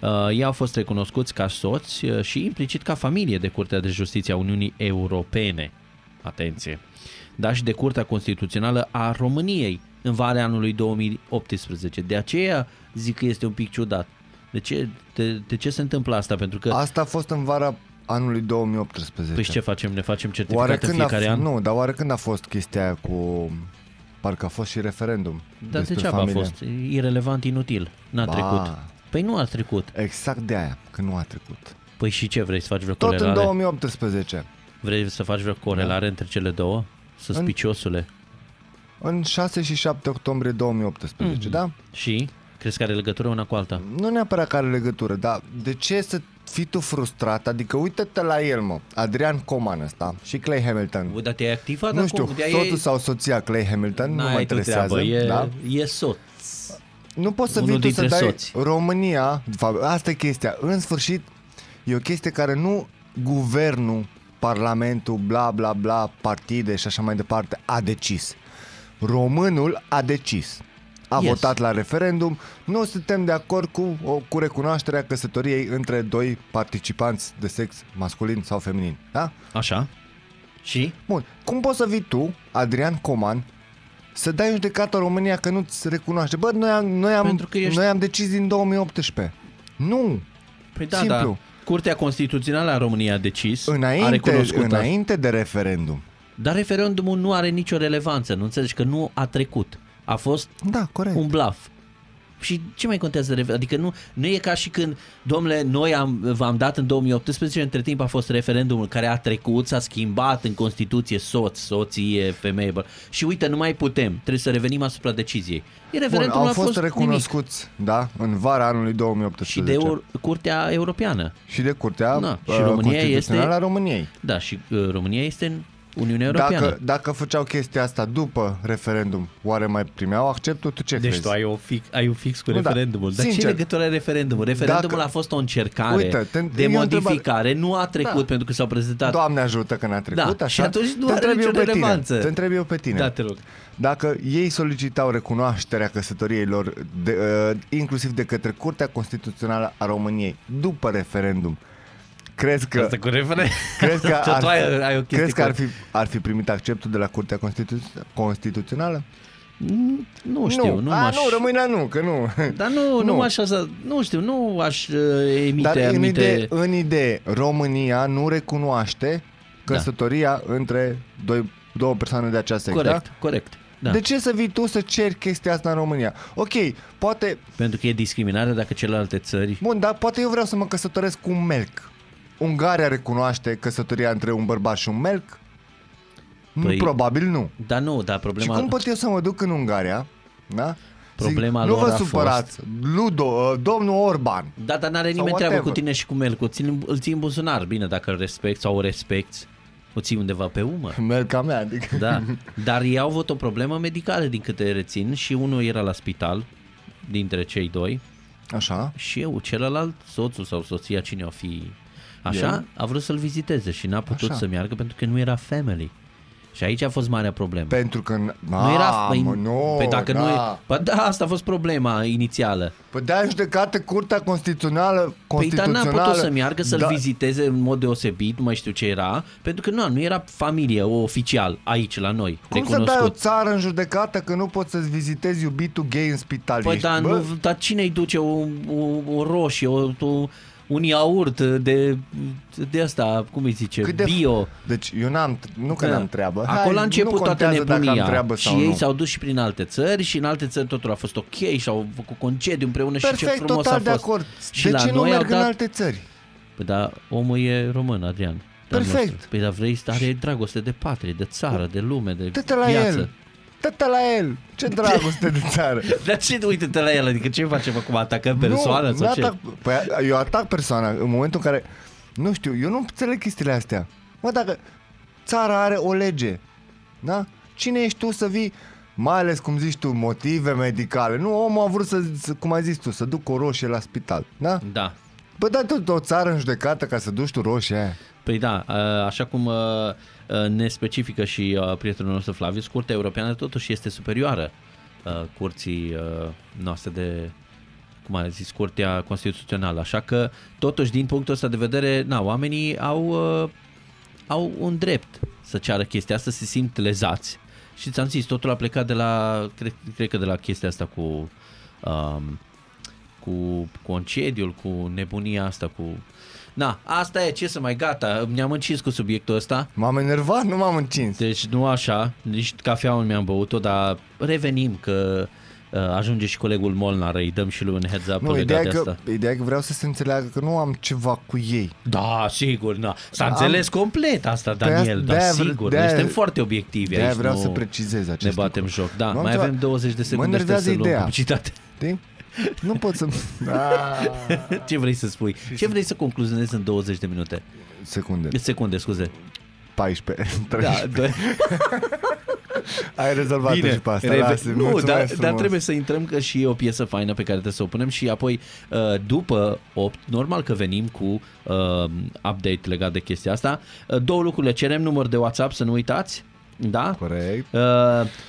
B: Uh, ei au fost recunoscuți ca soți uh, și implicit ca familie de Curtea de Justiție a Uniunii Europene. Atenție! dar și de Curtea Constituțională a României în vara anului 2018. De aceea zic că este un pic ciudat. De ce, de, de ce se întâmplă asta? Pentru că,
C: Asta a fost în vara anului 2018.
B: Da. păi și ce facem? Ne facem certificat în
C: a,
B: fiecare
C: f-
B: an?
C: Nu, dar oare când a fost chestia aia cu... Parcă a fost și referendum.
B: Dar
C: despre
B: degeaba
C: familie.
B: a fost. Irelevant, inutil. N-a
C: Ba.
B: trecut. Păi nu a trecut.
C: Exact de aia, că nu a trecut.
B: Păi și ce vrei să faci vreo
C: Tot
B: corelare?
C: în Da. 2018.
B: Vrei să faci vreo corelare între cele două? Suspiciosule.
C: În 6 și 7 octombrie
B: Mm.
C: 2018, mm-hmm. da?
B: Și? Crezi că are legătură una cu alta?
C: Nu neapărat că are legătură, dar de ce să fii tu frustrat? Adică uite-te la el, mă, Adrian Coman ăsta și Clay Hamilton.
B: Bă, dar te-ai activat
C: nu
B: acum?
C: știu,
B: de-aia
C: soțul
B: e-
C: sau soția Clay Hamilton, nu mă
B: N-ai tu
C: interesează.
B: treabă, e,
C: da?
B: e soț.
C: Nu poți să
B: Unul
C: vii tu să
B: dintre
C: dai
B: soți.
C: România, de fapt, asta e chestia. În sfârșit, e o chestie care nu guvernul, parlamentul, bla bla bla, partide și așa mai departe a decis. Românul a decis. A
B: Yes.
C: yes. votat la referendum, nu suntem de acord cu, o, cu recunoașterea căsătoriei între doi participanți de sex masculin sau feminin. Da?
B: Așa. Și?
C: Bun, cum poți să vii tu, Adrian Coman, să dai în judecată România că nu-ți recunoaște? Bă, noi am, noi am,
B: Pentru că ești-
C: noi am decis din 2018. Nu!
B: Păi da,
C: Simplu.
B: da. Curtea Constituțională a României a decis, a
C: Înainte,
B: recunoscut asta.
C: înainte de referendum.
B: Dar referendumul nu are nicio relevanță, nu înțelegi că nu a trecut. A fost
C: Da, corect.
B: un blaf. Și ce mai contează? refer- Adică nu, nu e ca și când, domnule, noi am, v-am dat în 2018, între timp a fost referendumul care a trecut, s-a schimbat în Constituție soț, soție, femeie. Bă. Și uite, nu mai putem, trebuie să revenim asupra deciziei. E
C: Bun,
B: referendumul
C: au
B: a
C: fost,
B: fost nimic.
C: recunoscuți, da, în vara anului 2018.
B: Și de Eur- Curtea Europeană.
C: și de Curtea
B: Na, și
C: uh,
B: România
C: Constituțională
B: este-
C: a României.
B: Da, și uh, România este în Uniunea Europeană.
C: Dacă, dacă făceau chestia asta după referendum, oare mai primeau acceptul? Tu ce
B: Deci
C: crezi?
B: tu ai un fix, ai un fix cu
C: Nu, da,
B: referendumul. Dar ce
C: sincer.
B: legătură are referendumul? Referendumul
C: Dacă-
B: a fost o încercare
C: Uite, te-
B: de
C: e o
B: modificare, nu a trecut
C: Da.
B: pentru că s-au prezentat.
C: Doamne ajută că n-a trecut,
B: Da,
C: așa?
B: și atunci nu are
C: te întreb eu
B: nicio
C: pe tine.
B: relevanță.
C: Te întreb eu pe tine.
B: Da, te rog.
C: Dacă ei solicitau recunoașterea căsătoriei lor, de, uh, inclusiv de către Curtea Constituțională a României, după referendum, crezi că,
B: Asta cu referendum.
C: crezi că, ar,
B: tu ai, ai o chestie
C: crezi că
B: cu-
C: ar, fi, ar fi primit acceptul de la Curtea Constitu- Constituțională?
B: Nu știu, nu,
C: a,
B: m-aș... Da,
C: nu rămâi la nu, că nu.
B: Dar nu, nu,
C: Nu.
B: nu m-aș așa, nu știu, nu aș uh, emite
C: Dar în
B: anumite...
C: idee, în idee, România nu recunoaște căsătoria între doi, două persoane de acea sex,
B: Da. Corect,
C: da?
B: corect. Da.
C: De ce să vii tu să ceri chestia asta în România? Ok, poate
B: Pentru că e discriminare dacă celelalte țări...
C: Bun, dar poate eu vreau să mă căsătoresc cu un melc. Ungaria recunoaște căsătoria între un bărbat și un melc? Păi,
B: Păi,
C: Probabil nu.
B: Dar nu, dar
C: Și
B: problema...
C: cum pot eu să mă duc în Ungaria? Da?
B: Problema
C: Zic, nu
B: lor
C: vă
B: a
C: supărați, Ludo, uh, domnul Orban.
B: Da, dar n-are nimeni
C: whatever.
B: treabă cu tine și cu melcul. Țin, îl ții în buzunar, bine, dacă îl respecti sau o respecti, o ții undeva pe umăr.
C: Melca mea, adică...
B: Da, dar ei au avut o problemă medicală din câte rețin și unul era la spital dintre cei doi
C: Așa.
B: și eu, celălalt, soțul sau soția, cine o fi, așa,
C: El?
B: a vrut să-l viziteze și n-a putut
C: Așa.
B: să meargă pentru că nu era family. Și aici a fost marea problemă.
C: Pentru că... Nu
B: nu era, păi,
C: nu,
B: păi dacă
C: da.
B: nu e, păi da, asta a fost problema inițială.
C: Păi de-aia în judecată Curtea Constituțională...
B: Păi dar n-a putut să
C: Constituțională-
B: meargă să-l
C: da,
B: viziteze în mod deosebit, nu mai știu ce era, pentru că nu, nu era familie o oficial aici la noi,
C: Cum să
B: recunoscut.
C: dai o țară în judecată că nu poți să-ți vizitezi iubitul gay în spital?
B: păi
C: Ești-
B: dar,
C: bă,
B: nu, dar cine îi duce o, o, o roșie, o, o, un iaurt de, de asta, cum îi zice,
C: Cât de-
B: bio?
C: Deci eu n-am, nu că
B: Da.
C: n-am treabă. Hai,
B: Acolo a
C: nu
B: început toată
C: contează dacă am
B: nebunia
C: treabă
B: și
C: sau
B: ei
C: nu.
B: s-au dus și prin alte țări și în alte țări totul a fost ok și au făcut concediu împreună și ce
C: Perfect,
B: frumos a
C: total
B: fost.
C: de acord.
B: Și
C: de
B: la
C: ce nu
B: noi au
C: merg în
B: dat-
C: alte țări?
B: Păi da, omul e român, Adrian. Dar
C: Perfect.
B: nostru. Păi dar vrei să are dragoste de patrie, de țară, de lume, de
C: Tătă la
B: viață.
C: el. Tătă la el. Ce dragoste de țară.
B: Dar ce uite-te la el? Adică ce facem acum? Atacăm persoana
C: nu,
B: sau ce?
C: n-atac- Păi eu atac persoana în momentul în care... Nu știu, eu nu înțeleg chestiile astea. Mă, dacă țara are o lege, da? Cine ești tu să vii mai ales, cum zici tu, motive medicale. Nu, omul a vrut să, să- cum ai zis tu, să duc o roșie la spital, da?
B: Da.
C: Bă, dai tot o țară în judecată ca să duci tu roșia aia.
B: Păi da, a, așa cum a, a, ne specifică și a, prietenul nostru Flavius, Curtea Europeană totuși este superioară a, curții a, noastre de cum a zis, Curtea Constituțională. Așa că, totuși, din punctul ăsta de vedere, na, oamenii au, a, au un drept să ceară chestia asta, se simt lezați. Și ți-am zis, totul a plecat de la, cred, cred că de la chestia asta cu um, cu concediul, cu nebunia asta, cu... Na, asta e, ce să mai, gata, ne-am încins cu subiectul ăsta.
C: M-am enervat, nu m-am încins.
B: Deci nu așa, nici cafeaua nu mi-am băut-o, dar revenim că uh, ajunge și colegul Molnar, îi dăm și lui un heads up
C: Nu,
B: legat
C: ideea
B: de
C: e, că,
B: asta.
C: ideea e că vreau să se înțeleagă că nu am ceva cu ei.
B: Da, sigur, na. S-a înțeles complet asta,
C: aia-
B: Daniel, da,
C: Păi de-aia vre-
B: sigur.
C: de-aia-
B: Noi suntem foarte obiectivi
C: de-aia
B: aici,
C: vreau
B: nu
C: să precizez acest
B: Ne batem
C: lucru.
B: joc, da.
C: Nu am
B: mai
C: ceva-
B: avem 20 de
C: mă
B: secunde, trebuie
C: enervează
B: să luăm
C: ideea.
B: publicitate.
C: Știi? Nu pot să... Ah,
B: Ce vrei să spui? Ce vrei să concluzionezi în 20 de minute?
C: secunde.
B: Secunde, scuze.
C: 14.
B: Da,
C: 13.
B: doi-
C: Ai rezolvat Bine, și pe asta.
B: reve-
C: Lasă,
B: nu,
C: mulțumesc
B: dar, dar
C: frumos.
B: trebuie să intrăm că și e o piesă faină pe care trebuie să o punem și apoi uh, după 8, normal că venim cu uh, update legat de chestia asta. Uh, Două lucruri le cerem, număr de WhatsApp, să nu uitați. Da?
C: Corect.
B: Uh,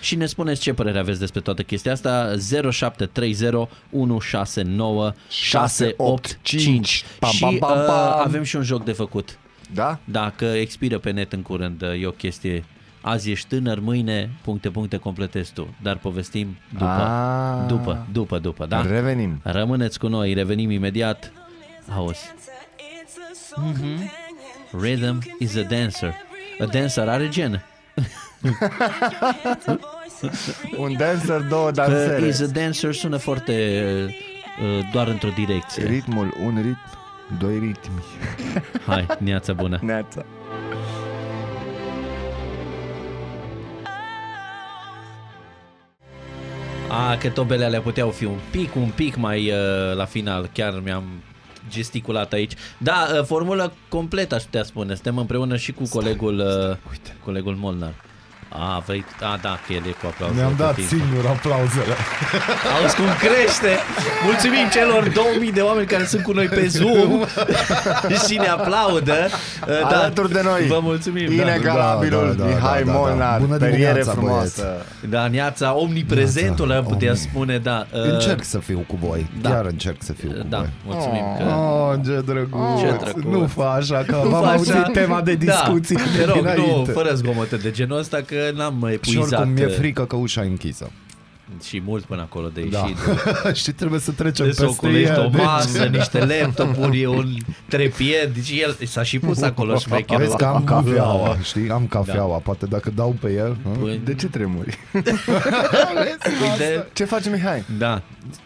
B: și ne spuneți ce părere aveți despre toată chestia asta 0730 169 685
C: Pam,
B: Și
C: pam,
B: uh,
C: pam, pam.
B: avem și un joc de făcut
C: Da?
B: dacă expiră pe net în curând, e o chestie. Azi ești tânăr, mâine puncte, puncte completezi tu. Dar povestim după,
C: Ah.
B: după, după, după, da?
C: Revenim.
B: Rămâneți cu noi, revenim imediat. Auzi, Mm-hmm.
D: Rhythm is a dancer.
B: a dancer are gen.
C: Un dancer, două
B: Că
C: dansere.
B: is a dancer sună foarte uh, doar într-o direcție.
C: Ritmul, un ritm, doi ritmi.
B: Hai, neața bună.
C: Neața.
B: A, că tobele alea puteau fi un pic, un pic mai uh, la final, chiar mi-am gesticulat aici. Da, uh, formulă completă aș putea spune. Suntem împreună și cu colegul uh, colegul Molnar. A, vrei... A, da, că el e cu aplauze.
E: Mi-am
B: tot
E: dat
B: timpul.
E: singur aplauzele.
B: Auzi cum crește! Mulțumim celor 2000 de oameni care sunt cu noi pe Zoom și ne aplaudă. Uh,
C: Alături de noi.
B: Vă mulțumim. Da.
C: Inegalabilul
E: Da, da, da,
C: Mihai
E: da, da, da.
C: Molnar.
E: Bună
C: Periere
E: dimineața,
C: frumoasă.
B: da, neața, omniprezentul, am putea spune, da. Uh,
E: da. Încerc să fiu cu voi.
B: da.
E: Chiar încerc să fiu cu
B: Da,
E: voi.
B: mulțumim că...
E: Oh, ce drăguț.
B: Ce drăguț.
E: Nu fa așa că
B: Nu
E: v-am
B: fa
E: auzit
B: așa.
E: tema de discuții
B: da,
E: de
B: te rog,
E: dinainte.
B: nu, fără zgomote de genul ăsta că n-am mai
E: și
B: epuizat
E: oricum mi-e
B: uh,
E: frică că ușa e închisă.
B: și mult până acolo de
E: Da.
B: ieșit.
E: și trebuie să trecem
B: De să
E: peste
B: ocolești o
E: ea. deci-
B: masă, niște laptopuri, un trepied deci el s-a și pus acolo șmecherul. Da.
E: Vezi că am cafeaua, știi? Am cafeaua, poate dacă dau pe el... hă? Deci-
B: Păi,
C: De ce tremuri?
B: de-
C: Ce faci, Mihai?
B: Da,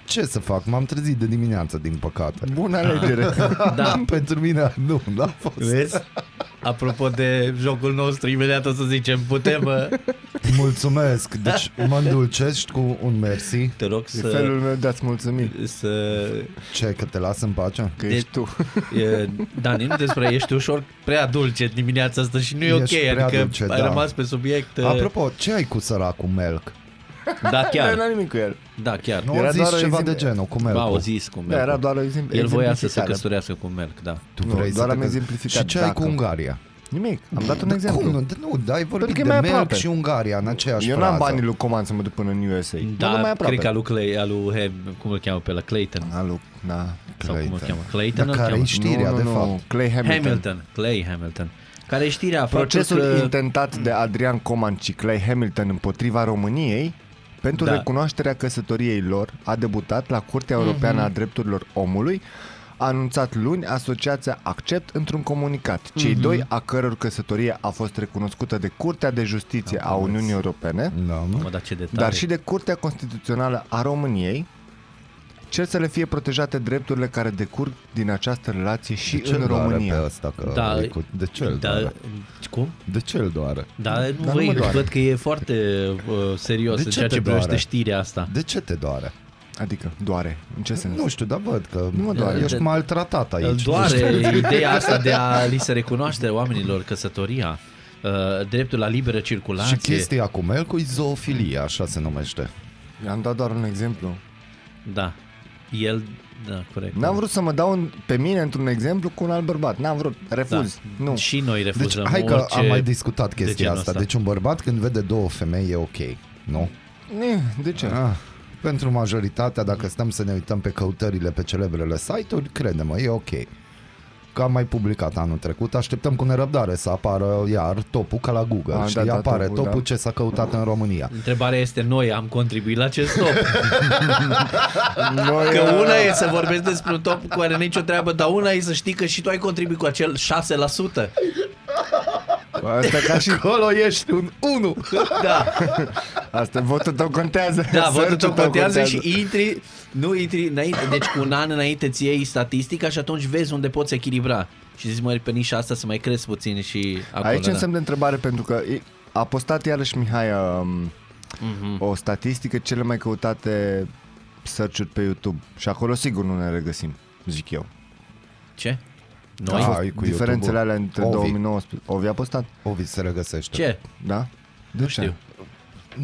E: Ce să fac? M-am trezit de dimineață, din păcate.
C: Bună alegere.
B: da.
E: Pentru mine nu, n-a fost.
B: Vezi? Apropo de jocul nostru, imediat o să zicem, putem, uh,
E: Mulțumesc. Deci mă îndulcești cu un mersi.
B: te rog
C: E
B: să,
C: felul meu de a-ți mulțumi.
B: să
E: Ce, că te las în pace?
C: Că
B: De-
C: ești tu.
B: E, Dani, nu despre ești ușor prea dulce dimineața asta și nu e
E: Ești
B: ok,
E: prea
B: adică
E: dulce,
B: ai
E: da.
B: rămas pe subiect. e,
E: Apropo, ce ai cu săracul Melc?
B: Da,
C: Dar
B: chiar,
C: n-am nimic cu el.
B: da, chiar.
E: Nu
C: Era
E: au zis
C: doar o
E: ceva
C: exime-
E: de genul cu
B: Ba, au
E: Melc.
B: zis cu
C: Da, era
B: Melc.
C: doar o exemplu.
B: El voia să se căsătorească cu Melc, da.
E: Tu
C: Nu,
E: vrei
C: doar
E: să te
C: am
E: căs-
C: exemplificat,
E: Și ce ai
C: dacă.
E: cu Ungaria?
C: Nimic. Am dat un
E: Da,
C: exemplu.
E: Cum? Nu, nu, dai vorbit
C: că e
E: de
C: mai
E: Melc
C: aproape.
E: și Ungaria în aceeași
C: Eu
E: frază.
C: n-am banii lui Coman să mă duc până în USA. Mă duc mai
B: Da,
C: aproape.
B: cred că al lui, Clay, al lui Hem- cum îl cheamă pe la Clayton,
C: Alu, na.
B: sau cum îl
E: Clayton.
B: cheamă, Clayton
E: Dar
B: îl
E: care
B: cheamă.
E: e știrea,
C: Nu,
E: de
C: nu, nu.
E: fapt.
C: Clay Hamilton.
B: Hamilton, Clay Hamilton, care e știrea
C: Procesul
B: faptul că...
C: intentat de Adrian Coman și Clay Hamilton împotriva României pentru
B: Da.
C: da. recunoașterea căsătoriei lor a debutat la Curtea
E: Mhm.
C: Europeană mm-hmm. a Drepturilor Omului, a anunțat luni Asociația Accept într-un comunicat. Cei
E: Mhm.
C: mm-hmm. doi, a căror căsătorie a fost recunoscută de Curtea de Justiție a Uniunii Europene,
E: Da, nu?
B: Mă, dar ce detalii.
C: dar și de Curtea Constituțională a României, cer să le fie protejate drepturile care decurg din această relație și
E: De ce
C: în
E: îl doare
C: România.
E: Pe ăsta, că
B: Da,
E: e cu- de ce îl
B: da,
E: doare?
B: cum?
E: De ce îl doare?
B: Da, nu
E: nu
B: văi,
E: mă doare.
B: văd că e foarte uh, serios
E: De
B: în
E: ce
B: ceea
E: te
B: ce privește
E: doare?
B: știrea asta.
E: De ce te doare?
C: Adică, doare. În ce sens?
E: Nu știu, dar văd că nu
C: mă doare.
E: ești
B: De-
E: maltratat aici.
B: Îl
E: Nu știu.
B: doare ideea asta de a li se recunoaște oamenilor căsătoria, uh, dreptul la liberă
E: Și
B: circulație.
E: chestia cu Melcu e zoofilie, așa se numește.
C: I-am dat doar un exemplu.
B: Da.
D: El, da, corect.
C: N-am vrut să mă dau în, pe mine într-un exemplu cu un alt bărbat. N-am vrut. Refuz. Da. Nu.
B: Și noi
E: Deci,
B: refuzăm
E: hai că
B: orice...
E: am mai discutat
B: de
E: chestia
B: genul
E: asta.
B: ăsta.
E: Deci un bărbat când vede două femei e ok, nu?
C: Ne, de ce?
E: Ah, pentru majoritatea, dacă stăm să ne uităm pe căutările pe celebrele site-uri, crede-mă, e ok. Că am mai publicat anul trecut, așteptăm cu nerăbdare să apară iar topul ca la Google.
C: Ah,
E: Ah, știi,
C: da, da,
E: apare
C: topul,
E: topul,
C: da.
E: topul ce s-a căutat în România.
B: Întrebarea este, noi am contribuit la acest top?
C: Noi,
B: Că
C: uh,
B: una e să vorbești despre un top cu care n-ai nicio treabă, dar una e să știi că și tu ai contribuit cu acel 6%.
C: Asta ca și
E: Acolo ești un 1!
B: Da,
C: asta, votul tău contează.
B: da, votul
C: Search-ul
B: tău contează și intri, nu intri înainte, deci cu un an înainte ți iei statistica și atunci vezi unde poți echilibra. Și zici, mă, pe nișa asta să mai crezi puțin și acolo.
C: Aici
B: da.
C: înseamnă întrebare pentru că e- a postat iarăși Mihai um, o statistică cele mai căutate search-uri pe YouTube și acolo sigur nu ne regăsim, zic eu.
B: Ce?
C: Au
E: Ah,
C: fost
E: e cu
C: diferențele
E: YouTube-ul.
C: alea între
E: Ovi.
C: 2019. Ovi a postat,
E: Ovid se regăsește.
B: Ce?
C: da? De nu
B: știu.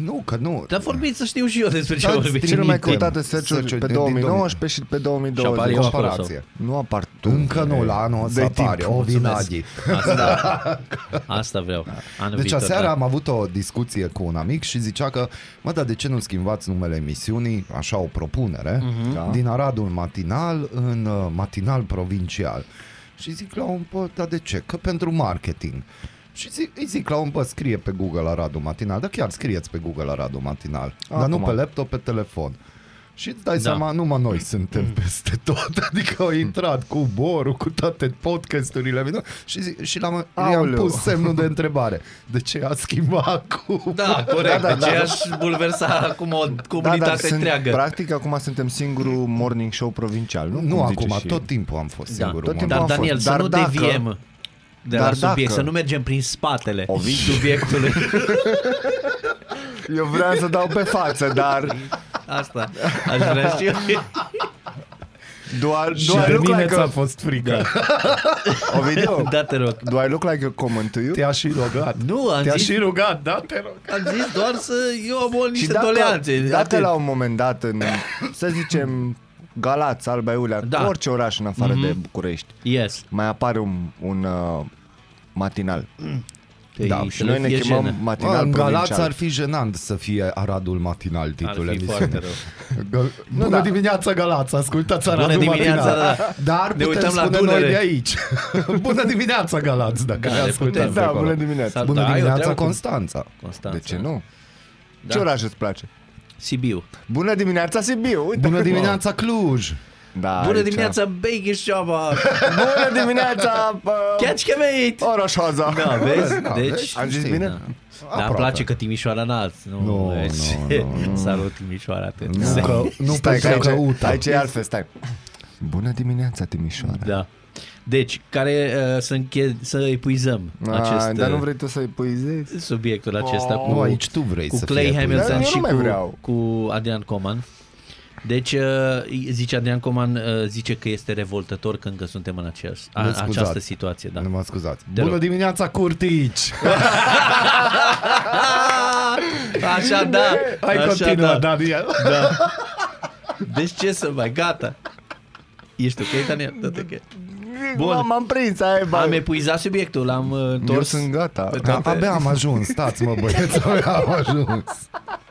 E: Nu, că nu.
B: Dar vorbiți să știu și eu despre ce
E: Da,
B: vorbiți.
C: Cele
E: Trimite
C: mai căutate search-uri
E: search-uri
C: pe
E: din
C: 2019 și pe
B: Și apar
C: 2020.
B: eu acolo.
E: Comparație.
C: Nu apar tu.
E: Încă nu, la anul ăsta
C: Dă-i timp.
E: apare. Ovi
B: Mulțumesc.
E: Nagy.
B: Asta, asta vreau. Anul
E: Deci
B: viitor,
E: aseară
B: da.
E: am avut o discuție cu un amic și zicea că, mă, dar de ce nu schimbați numele emisiunii, așa o propunere,
B: Mhm.
C: Da.
E: uh-huh. din Aradul matinal în uh, matinal provincial. Și zic la un bă, dar de ce? Că pentru marketing. Și zic, îi zic la un bă, scrie pe Google Aradul matinal, dar chiar scrieți pe Google Aradul matinal, dar nu
C: Da, Acum.
E: pe laptop, pe telefon. Și îți dai da.
B: Da. Mm.
E: seama, numai noi suntem peste tot, adică au intrat cu Boru, cu toate podcasturile mele și, zic, și l-am, i-am
C: Aoleu.
E: pus semnul de întrebare. De ce a schimbat acum?
B: Da, corect. Da, da, deci da. aș bulversa acum o
C: Da,
B: comunitate
C: dar
B: da,
C: sunt,
B: întreagă.
C: practic acum suntem singurul morning show provincial, nu?
E: Nu
C: Cum zice
E: acum,
C: și-
E: tot timpul am fost
B: da.
E: singurul.
C: tot
E: om.
C: timpul
B: Dar
C: am
B: Daniel,
C: fost.
B: să
C: Dar
B: nu
C: dacă-
B: deviem de la
C: Dar
B: subiect,
C: dacă-
B: să nu mergem prin spatele
C: Ovid.
B: subiectului.
C: Eu vreau să dau pe față, dar
B: Asta aș vrea și eu.
C: doar,
E: Și
C: doar
E: de
C: look
E: mine
C: like
E: ți-a
C: a...
E: fost frică.
C: Ovidiu,
B: Da, te rog.
C: do I look like a comment to you?
E: Te-a și rugat.
B: Nu, am
E: Te-a
B: zis,
E: și rugat, da? Te rog.
B: am zis doar să eu am o
C: Și
B: niște
C: dacă,
B: toleanțe.
C: dacă
B: atât.
C: la un moment dat, în, să zicem, Galați, Alba Iulia, da.
B: Da.
C: orice oraș în afară mm-hmm. de București,
B: Yes.
C: mai apare un, un uh, matinal.
B: Da,
C: Și noi ne chemăm jenă. matinal
E: Bă, în Galați
C: provincial.
E: ar fi jenant să fie Aradul matinal titlul
B: Ar fi foarte
E: emisiunii.
B: rău.
E: Gă- Bună
C: da.
E: dimineața, Galați! Ascultați Aradul
B: dimineața,
E: matinal.
B: da, da.
E: Dar
B: Ne
E: putem
B: uităm la
E: spune noi
B: Dunăre.
E: de aici. Bună dimineața, Galați, dacă
B: Da,
E: ne
B: le
E: ascultați
B: putem.
E: de
C: Da,
E: acolo.
C: bună dimineața.
B: Sau-
E: Bună
B: Da, eu
E: dimineața,
B: treabă cu-
E: Constanța!
B: Constanța.
C: De ce nu? Da.
B: Da.
C: Ce oraș îți place?
B: Sibiu.
C: Bună dimineața, Sibiu! Uite
E: Bună
C: cât-
E: dimineața, Cluj!
C: Da,
B: Bună
C: aici.
B: dimineața, Bakershoaba!
C: Bună dimineața! bă,
B: Catch can mate!
C: Oh, Orașoaza!
B: Da, vezi?
E: da,
B: Deci,
E: vezi?
C: Am zis
E: Știi,
C: bine?
B: da. Dar îmi place că Timișoara n Nu,
E: Nu,
B: deci,
E: nu,
B: Salut Timișoara, te
E: Nu, că, nu
C: Stai, că
E: pe
C: aici,
E: căută.
C: aici e altfel, stai. Bună dimineața, Timișoara!
B: Da. Deci, care uh, să, înche- să epuizăm
C: A,
B: acest
C: dar nu Oh.
B: uh,
C: vrei tu să-i puizezi?
B: subiectul acesta cu,
E: Nu, aici tu vrei
B: cu
E: să
B: Clay
E: fie
C: epuizat. Dar
B: Hamilton
C: eu
B: și
C: nu mai
B: cu,
C: vreau.
B: cu Adrian Coman. Deci, uh, zice Adrian Coman, uh, zice că este revoltător când că suntem în aceeași, a,
E: Nu scuzați.
B: această situație. Da.
E: Nu mă scuzați.
B: Te
E: Bună
B: rog.
E: dimineața, Curtici!
B: Așa da,
E: Hai
B: așa
E: continuă,
B: da.
E: Daniel!
B: Deci ce să mai, gata. Ești ok, Daniel? Dă-te că- Bun.
C: M- M-am prins, ai bă.
B: Am epuizat subiectul, l-am uh,
C: Eu
B: întors.
C: sunt gata.
B: Pe
E: Da,
B: toate.
E: abia am ajuns, stați mă băieți, abia am ajuns.
B: da.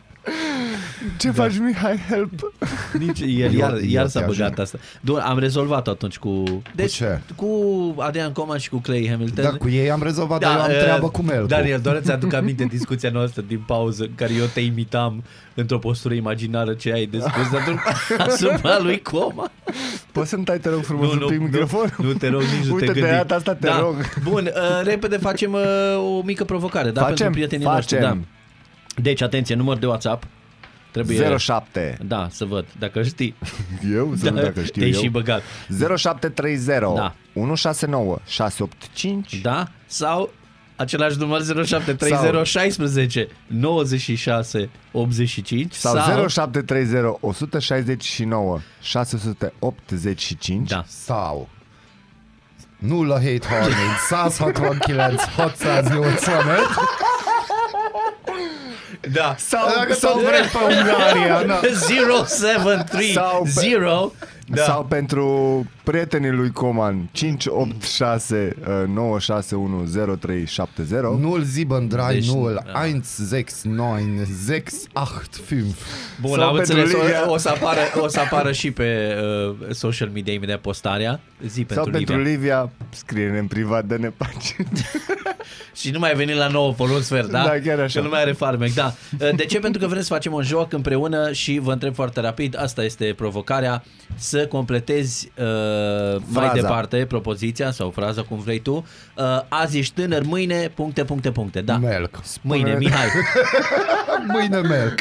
C: Ce faci, Mihai? Help!
B: Nici, iar,
E: Eu-
B: iar,
E: eu
B: iar
E: te
B: s-a
E: ajut.
B: băgat asta. Doar am rezolvat atunci cu... Deci,
E: ce?
B: cu Adrian Coman și cu Clay Hamilton.
E: Da, cu ei am rezolvat, dar eu am
B: uh,
E: treabă cu Melcu.
B: Daniel, doar îți aduc aminte discuția noastră din pauză în care eu te imitam într-o postură imaginară ce ai de spus atunci asupra lui Coma.
C: Poți să-mi tai, te rog frumos, pe microfon?
B: Nu, nu te rog nici nu
C: Uite,
B: te
C: de
B: gândi.
C: data asta te
B: da.
C: rog.
B: Bun, uh, repede facem uh, o mică provocare, da,
C: Facem,
B: pentru prietenii noștri, da.
C: facem.
B: Deci, atenție, număr de WhatsApp. Trebuie
C: 07.
B: Da, să văd, dacă știi.
C: Eu? Să nu dacă știu
B: Da. Te-ai și
C: Da. eu.
B: băgat.
C: 0730
B: Da.
C: 169 685
B: Da? Sau același număr 0730 16 96 85
C: sau, 0730 169 685
B: Da.
E: Sau... Nu la hate horning, 169 808
B: Da.
C: Sau,
E: Dacă
C: sau Da.
E: tot-
C: vrei pe Ungaria, na.
B: 073
C: Păi, Sau pe-
B: 0
C: Da. Sau pentru prietenii lui Coman 586 961
E: Null 7, 3,
B: Deci,
E: 0,
B: da.
E: 1, 6, 9, 6, 8, 5.
B: Bun,
C: Sau
B: am
C: pentru
B: înțeles,
C: Liga.
B: o, o, să apară, o să apară și pe uh, social media imediat postarea, zi
C: Sau
B: pentru,
C: pentru
B: Livia.
C: Livia, scrie-ne în privat, dă-ne pace.
B: Și nu mai veni la nouă pe un sfert, da?
C: Da, chiar așa.
B: Că nu mai are farmec, da. Uh, De ce? Pentru că vrem să facem un joc împreună și vă întreb foarte rapid, asta este provocarea, să completezi uh, mai
C: Fraza.
B: departe propoziția sau fraza, cum vrei tu. Uh, azi ești tânăr, mâine, puncte, puncte, puncte, da.
E: Melc.
B: Mâine, Mihai,
E: Mâine melc.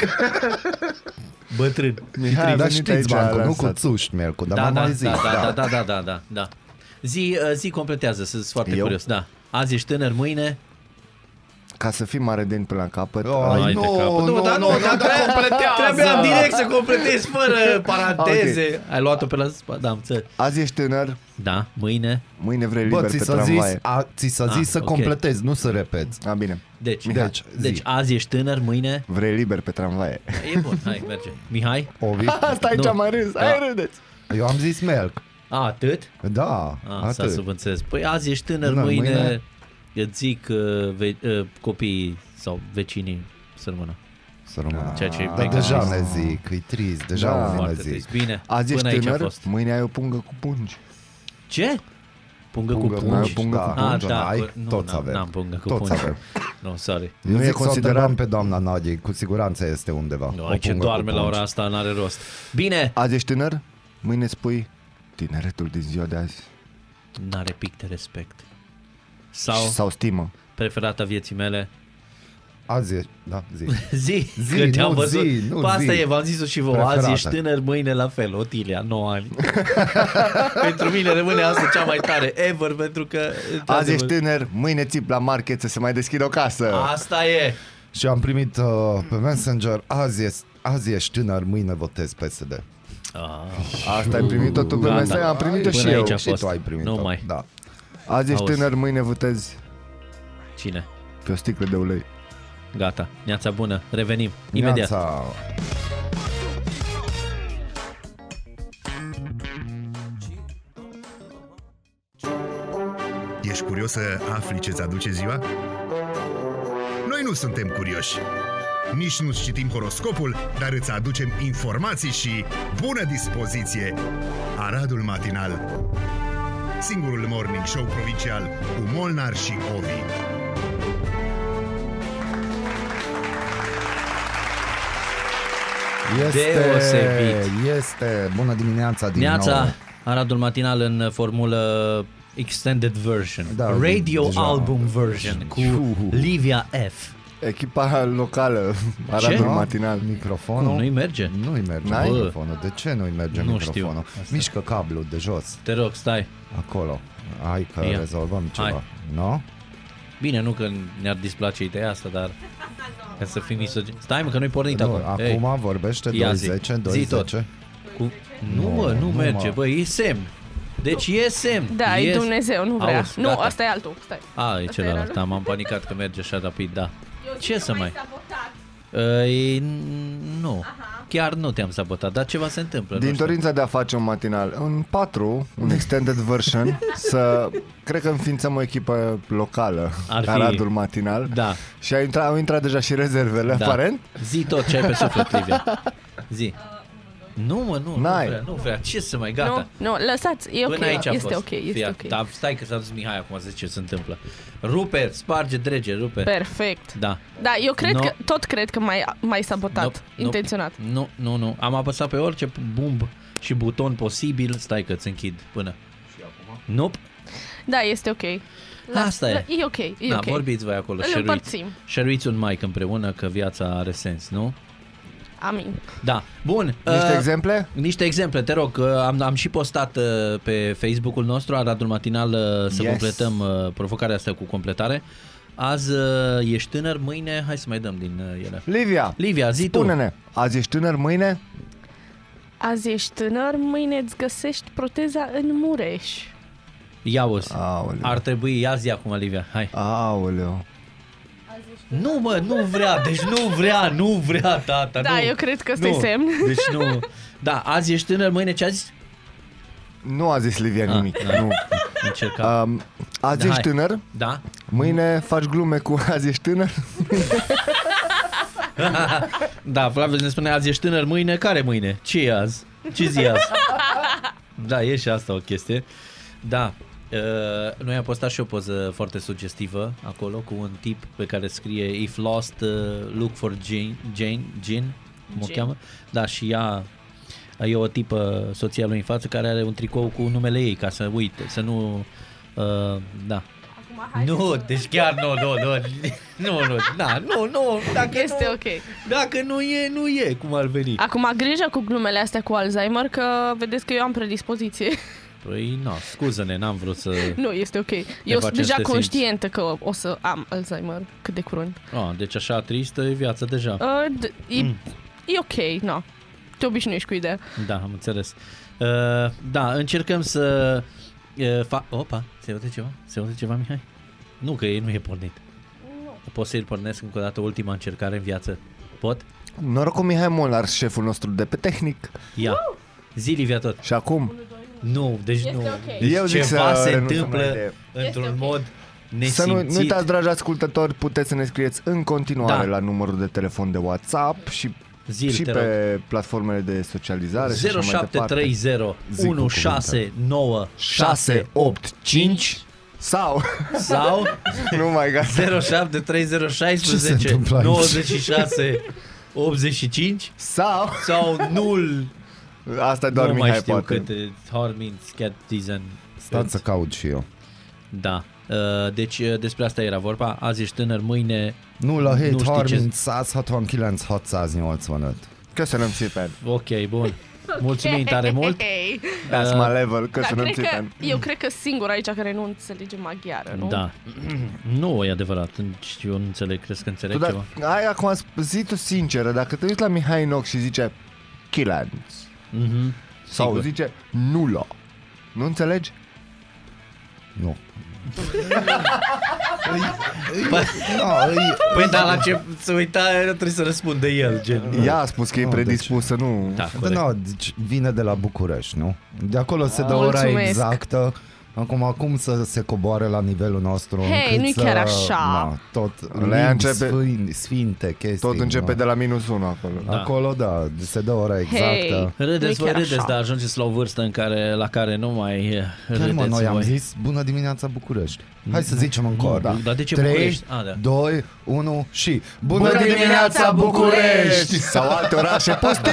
B: bătrân.
C: Mihai a
E: Dar
C: venit aici,
E: știți,
C: a
E: bancul, nu cu
C: lansat.
E: țuști melcul, dar
B: Da,
E: m-am
B: da,
E: mai
B: da,
E: zis.
B: da, da, da, da, da, da, da. Zi, uh, zi completează, sunt foarte
C: Eu?
B: curios, da. Azi ești tânăr, mâine
C: Ca să fii mare din până la capăt,
E: Ai,
C: ai-
B: Hai de capăt.
E: nu, nu,
B: dar
E: nu,
B: dar
E: dar
B: tre-
E: completează.
B: Trebuia direct să completezi fără paranteze. Okay. Ai luat-o pe la... spa- Da, am înțeles.
C: azi ești tânăr,
B: Da, mâine.
C: mâine vrei liber
E: Bă, ți
C: pe
E: s-a zis,
C: tramvaie.
E: a, ți s-a
B: Ah,
E: zis să
B: ok.
E: completezi, nu să repeți.
C: A, bine.
B: Deci,
E: Mihai,
B: deci,
E: zi.
B: deci azi ești tânăr, mâine...
C: Vrei liber pe tramvaie.
B: E bun, hai, merge. Mihai?
E: Ovi,
C: Asta aici
B: Nu.
C: am mai râs, hai râdeți.
E: eu am zis melc.
B: A, atât?
E: Da,
B: A, Ah, s-a
E: atât.
B: subînțeles. Păi azi ești tânăr,
E: Da,
B: mâine...
E: mâine-
B: Îți zic uh, ve- uh, copiii sau vecinii să rămână.
E: Să rămână.
B: Ceea ce e
E: Dar
B: mega
E: Ah, deja
B: trist.
E: ne zic, e trist, deja
C: Da.
E: da, vine
B: Foarte
E: zic.
B: trist. Bine,
C: Azi
B: până
C: ești
B: aici a
C: tânăr,
B: fost.
C: mâine ai o pungă cu pungi.
B: Ce? Pungă,
E: Pungă
B: cu
E: cu
B: pungi?
C: pungi, pungă
E: da.
C: cu
B: Ah,
E: pungi,
B: da,
E: ai?
B: bă, nu,
E: Toți
B: n-am-
E: avem.
B: N-am pungă cu
E: Toți
B: pungi.
E: avem.
B: Nu, sorry.
E: Eu
C: Nu e
E: zic să o
C: considerat-
E: întrebăm pe doamna Nadie, cu siguranță este undeva.
B: Nu,
E: o
B: aici
E: pungă cu
B: doarme la
E: pungi.
B: ora asta, n-are rost. Bine,
C: Azi ești tânăr, mâine spui tineretul din ziua de azi.
B: n-are pic de respect. Sau
C: Sau stimă.
B: preferata vieții mele,
E: Azi e, da, zi.
B: zi,
E: Zi,
B: că te-am
E: nu,
B: văzut.
E: zi, nu,
B: Pă, asta
E: zi.
B: e, v-am zis-o și vouă, azi
E: Preferată.
B: ești tânăr, mâine la fel, Otilia, 9 ani. pentru mine rămâne asta cea mai tare ever, pentru că...
C: Azi ești
B: într-adevăr,
C: tânăr, mâine țip la market să se mai deschidă o casă.
B: Asta e.
E: Și am primit uh, pe Messenger, azi, e, azi ești tânăr, mâine votez PSD.
B: Ah,
C: Asta ai primit-o tu pe
B: Gata.
C: mesaj, am
B: da,
C: primit-o
B: Până
C: și eu.
B: aici a
E: și
B: fost.
E: tu ai primit
B: Nu mai.
E: Da.
C: Azi ești
B: Auzi.
C: tânăr, mâine votezi
B: cine?
C: pe o sticlă de ulei.
B: Gata, neața bună, revenim imediat.
E: Neața.
F: Ești curios să afli ce-ți aduce ziua? Noi nu suntem curioși. Nici nu citim horoscopul, dar îți aducem informații și bună dispoziție! Aradul Matinal Singurul morning show provincial cu Molnar și Ovi.
E: Este,
B: Deosebit.
E: este, bună dimineața din
B: Neața,
E: nou.
B: Aradul Matinal în formulă extended version,
E: Da,
B: radio
E: deja.
B: album version cu
E: Uhu.
B: Livia F.
C: Echipa locală,
B: Ce?
C: Aradul Matinal.
E: Da? Microfonul.
B: Nu-i merge.
E: Nu-i merge
C: N-ai?
E: microfonul. De ce nu-i merge
B: Nu
E: microfonul? Mișcă cablul de jos,
B: Te rog, stai.
E: acolo. Hai că
B: Ia.
E: rezolvăm ceva.
B: Hai.
E: Nu?
B: Bine, nu că ne-ar displace ideea asta, dar ca să fim isogeni. Stai mă, că nu-i pornit
E: Nu,
B: acum. Ei,
E: acum vorbește
B: ia
E: 210,
B: zi. Zi tot.
E: 210.
B: cu... Nu mă, nu,
E: nu,
B: merge,
E: mă.
B: bă, e semn. Deci e semn.
G: Da,
B: e
G: e Dumnezeu, nu vrea.
B: Auzi,
G: nu,
B: gata.
G: asta e altul. Stai.
B: A, e
G: Asta era
B: celălalt,
G: lui.
B: da, m-am panicat că merge așa rapid, da. Ce să mai...
G: sabotat.
B: Ei, nu, chiar nu te-am sabotat, dar ceva se întâmplă. nu
C: Din
B: știu.
C: dorința de a face un matinal, în 4, un extended version, să cred că înființăm o echipă locală,
B: Ar fi-
C: Aradul Matinal.
B: Da.
C: Și au intrat, au intrat deja și rezervele,
B: Da.
C: aparent.
B: Zi tot ce ai pe suflet, Livia. Zi.
G: Uh,
B: Nu, mă, nu, nu
C: N-ai.
B: vrea, nu vrea. Ce să mai, gata.
G: Nu, nu, lăsați, e ok,
B: Până aici a
G: este
B: fost.
G: ok, este
B: Fii Da.
G: ok.
B: at- Dar stai că s-a dus Mihai acum să zic ce se întâmplă. Rupe, sparge, drege, rupe.
G: Perfect.
B: Da.
G: Da, eu cred
B: No.
G: că, tot cred că mai, mai sabotat,
B: Nope, nope.
G: intenționat.
B: Nu, nu, nu. Am apăsat pe orice bumb și buton posibil. Stai că ți închid până. Și acum? Nope.
G: Da, este ok. Da,
B: Asta e.
G: E ok, e
B: Da,
G: ok.
B: vorbiți voi acolo.
G: Îl
B: Șeruiți.
G: împărțim.
B: Șeruiți un mic împreună că viața are sens, nu?
G: Amin.
B: Da. Bun.
C: Niște
B: uh,
C: exemple?
B: Niște exemple, te rog, că am, am și postat uh, pe Facebook-ul nostru, Aradul Matinal, uh, să
C: Yes.
B: yes. completăm uh, provocarea asta cu completare. Azi uh, ești tânăr, mâine hai să mai dăm din uh, ele.
C: Livia,
B: Livia, zi tu.
C: spune-ne, azi ești tânăr, mâine?
G: Azi ești tânăr, mâine îți găsești proteza în Mureș.
B: Ia uzi.
C: Aoleu.
B: Ar trebui, ia zi acum, Livia, hai.
C: Aoleu.
G: Azi ești
B: Nu, mă, nu vrea, deci nu vrea, nu vrea tata,
G: Da,
B: nu.
G: eu cred că ăsta-i
B: Nu.
G: semn.
B: Deci nu. Da, azi ești tânăr, mâine ce azi?
C: Nu a zis Livia nimic. Nu.
B: Încerca.
C: Um,
B: Ah.
C: azi
B: Da,
C: ești
B: hai.
C: tânăr,
B: Da?
C: mâine faci glume cu azi ești tânăr.
B: Da, Flavius ne spune azi ești tânăr, mâine care mâine? Ce e azi? Ce zi e azi? da, e și asta o chestie. Da, uh, noi am postat și o poză foarte sugestivă acolo cu un tip pe care scrie If lost, uh, look for Jane, Jane, Jane, cum o
H: Jane.
B: cheamă? Da, și ea e o tipă, soția lui în față, care are un tricou cu numele ei, ca să uite, să nu... Uh, da.
G: Acum, hai
B: nu, deci chiar nu, nu, nu, nu, nu, da, nu, nu, dacă
G: Este
B: nu,
G: ok.
B: dacă nu e, nu e, cum ar veni.
G: Acum, grijă cu glumele astea cu Alzheimer, că vedeți că eu am predispoziție.
B: Păi, nu, scuză-ne, n-am vrut să...
G: nu, este ok. Eu sunt
B: facem
G: deja
B: să te simți.
G: conștientă că o să am Alzheimer cât de curând.
B: Ah, deci așa tristă e viața deja.
G: Uh, d- e,
E: Mm.
G: e ok, nu. Te obișnuiești cu ideea.
B: Da, am înțeles. Uh, da, încercăm să... Uh, fa- Opa, se aude ceva? Se aude ceva, Mihai? Nu, că ei nu e pornit. Pot să-i pornesc încă o dată ultima încercare în viață. Pot?
C: Noroc cu Mihai Molnar, șeful nostru de pe tehnic.
B: Ia. Zi, Livia, tot.
C: Și acum,
B: Nu, deci nu.
G: Este ok.
B: Deci
C: Eu zic
B: ceva
C: să
B: se
C: renunțăm la
B: întâmplă
C: idee.
B: într-un
G: Este ok.
B: mod nesimțit.
C: să nu, nu uitați, dragi ascultători, puteți să ne scrieți în continuare
B: Da.
C: la numărul de telefon de WhatsApp și,
B: Zil,
C: și
B: te
C: pe platformele de socializare. și așa mai departe.
B: 0730
C: Zic cu
B: 169 685
C: Sau,
B: sau
C: nu mai gata,
B: 073016
E: Ce se întâmplă aici?
B: 96 85
C: sau,
B: sau nul
C: asta doar
B: nu mai
C: Mihai
B: știu
C: poate.
B: câte Hormin Skeptizen
E: Stați să caut și eu.
B: da Uh, deci uh, despre asta era vorba Azi ești tânăr, mâine
E: Null erhält
B: Nur Stitches.
E: 30, 129, 185.
C: Köszönöm szépen.
B: Ok, bun Mulțumim tare mult
G: Hey.
B: Da.
C: That's my level.
G: Dar
C: Köszönöm
G: Da, cred că,
C: szépen.
G: eu cred că singur aici care nu înțelege maghiară, nu?
B: Da Nu e adevărat Nici Eu nu înțeleg Crezi că
C: Tu,
B: înțeleg
C: dar,
B: ceva
C: ai acum sp- zi tu sinceră, dacă te uiți la Mihai în ochi și zice Kilanț
B: Mhm.
C: sau
B: Sigur.
C: zice Nula, nu înțelegi?
E: Nu. da,
B: Păi dar la ce să uita Trebuie să răspundă el gen.
C: Ea a spus că e
E: Nu,
C: predispus să nu...
B: deci- Da,
E: Da,
B: corect.
E: da, deci vine de la București, nu? De acolo se dă ora
G: Mulțumesc.
E: exactă. Acum, acum să se coboare la nivelul nostru
G: Hei,
E: încât
G: nu-i
E: să,
G: chiar așa.
E: Na, tot
C: La
E: limbi
C: ea începe-
E: sfânt- sfinte, chestii.
C: Tot începe
E: na.
C: de la minus 1 acolo.
B: Da.
E: Acolo, da, se dă ora
G: Hei.
E: exactă.
B: Râdeți,
G: Nu-i
B: voi
G: chiar
B: râdeți,
G: așa.
B: dar ajungeți la o vârstă în care, la care nu mai eh,
E: Chiar
B: râdeți
E: mă, noi
B: voi.
E: am zis bună dimineața București. Hai să zicem în cor.
B: da. Dar de ce București? Ah, da.
E: 2, 1 și... Bună,
C: dimineața, București! Sau alte orașe
B: Da.
C: postii!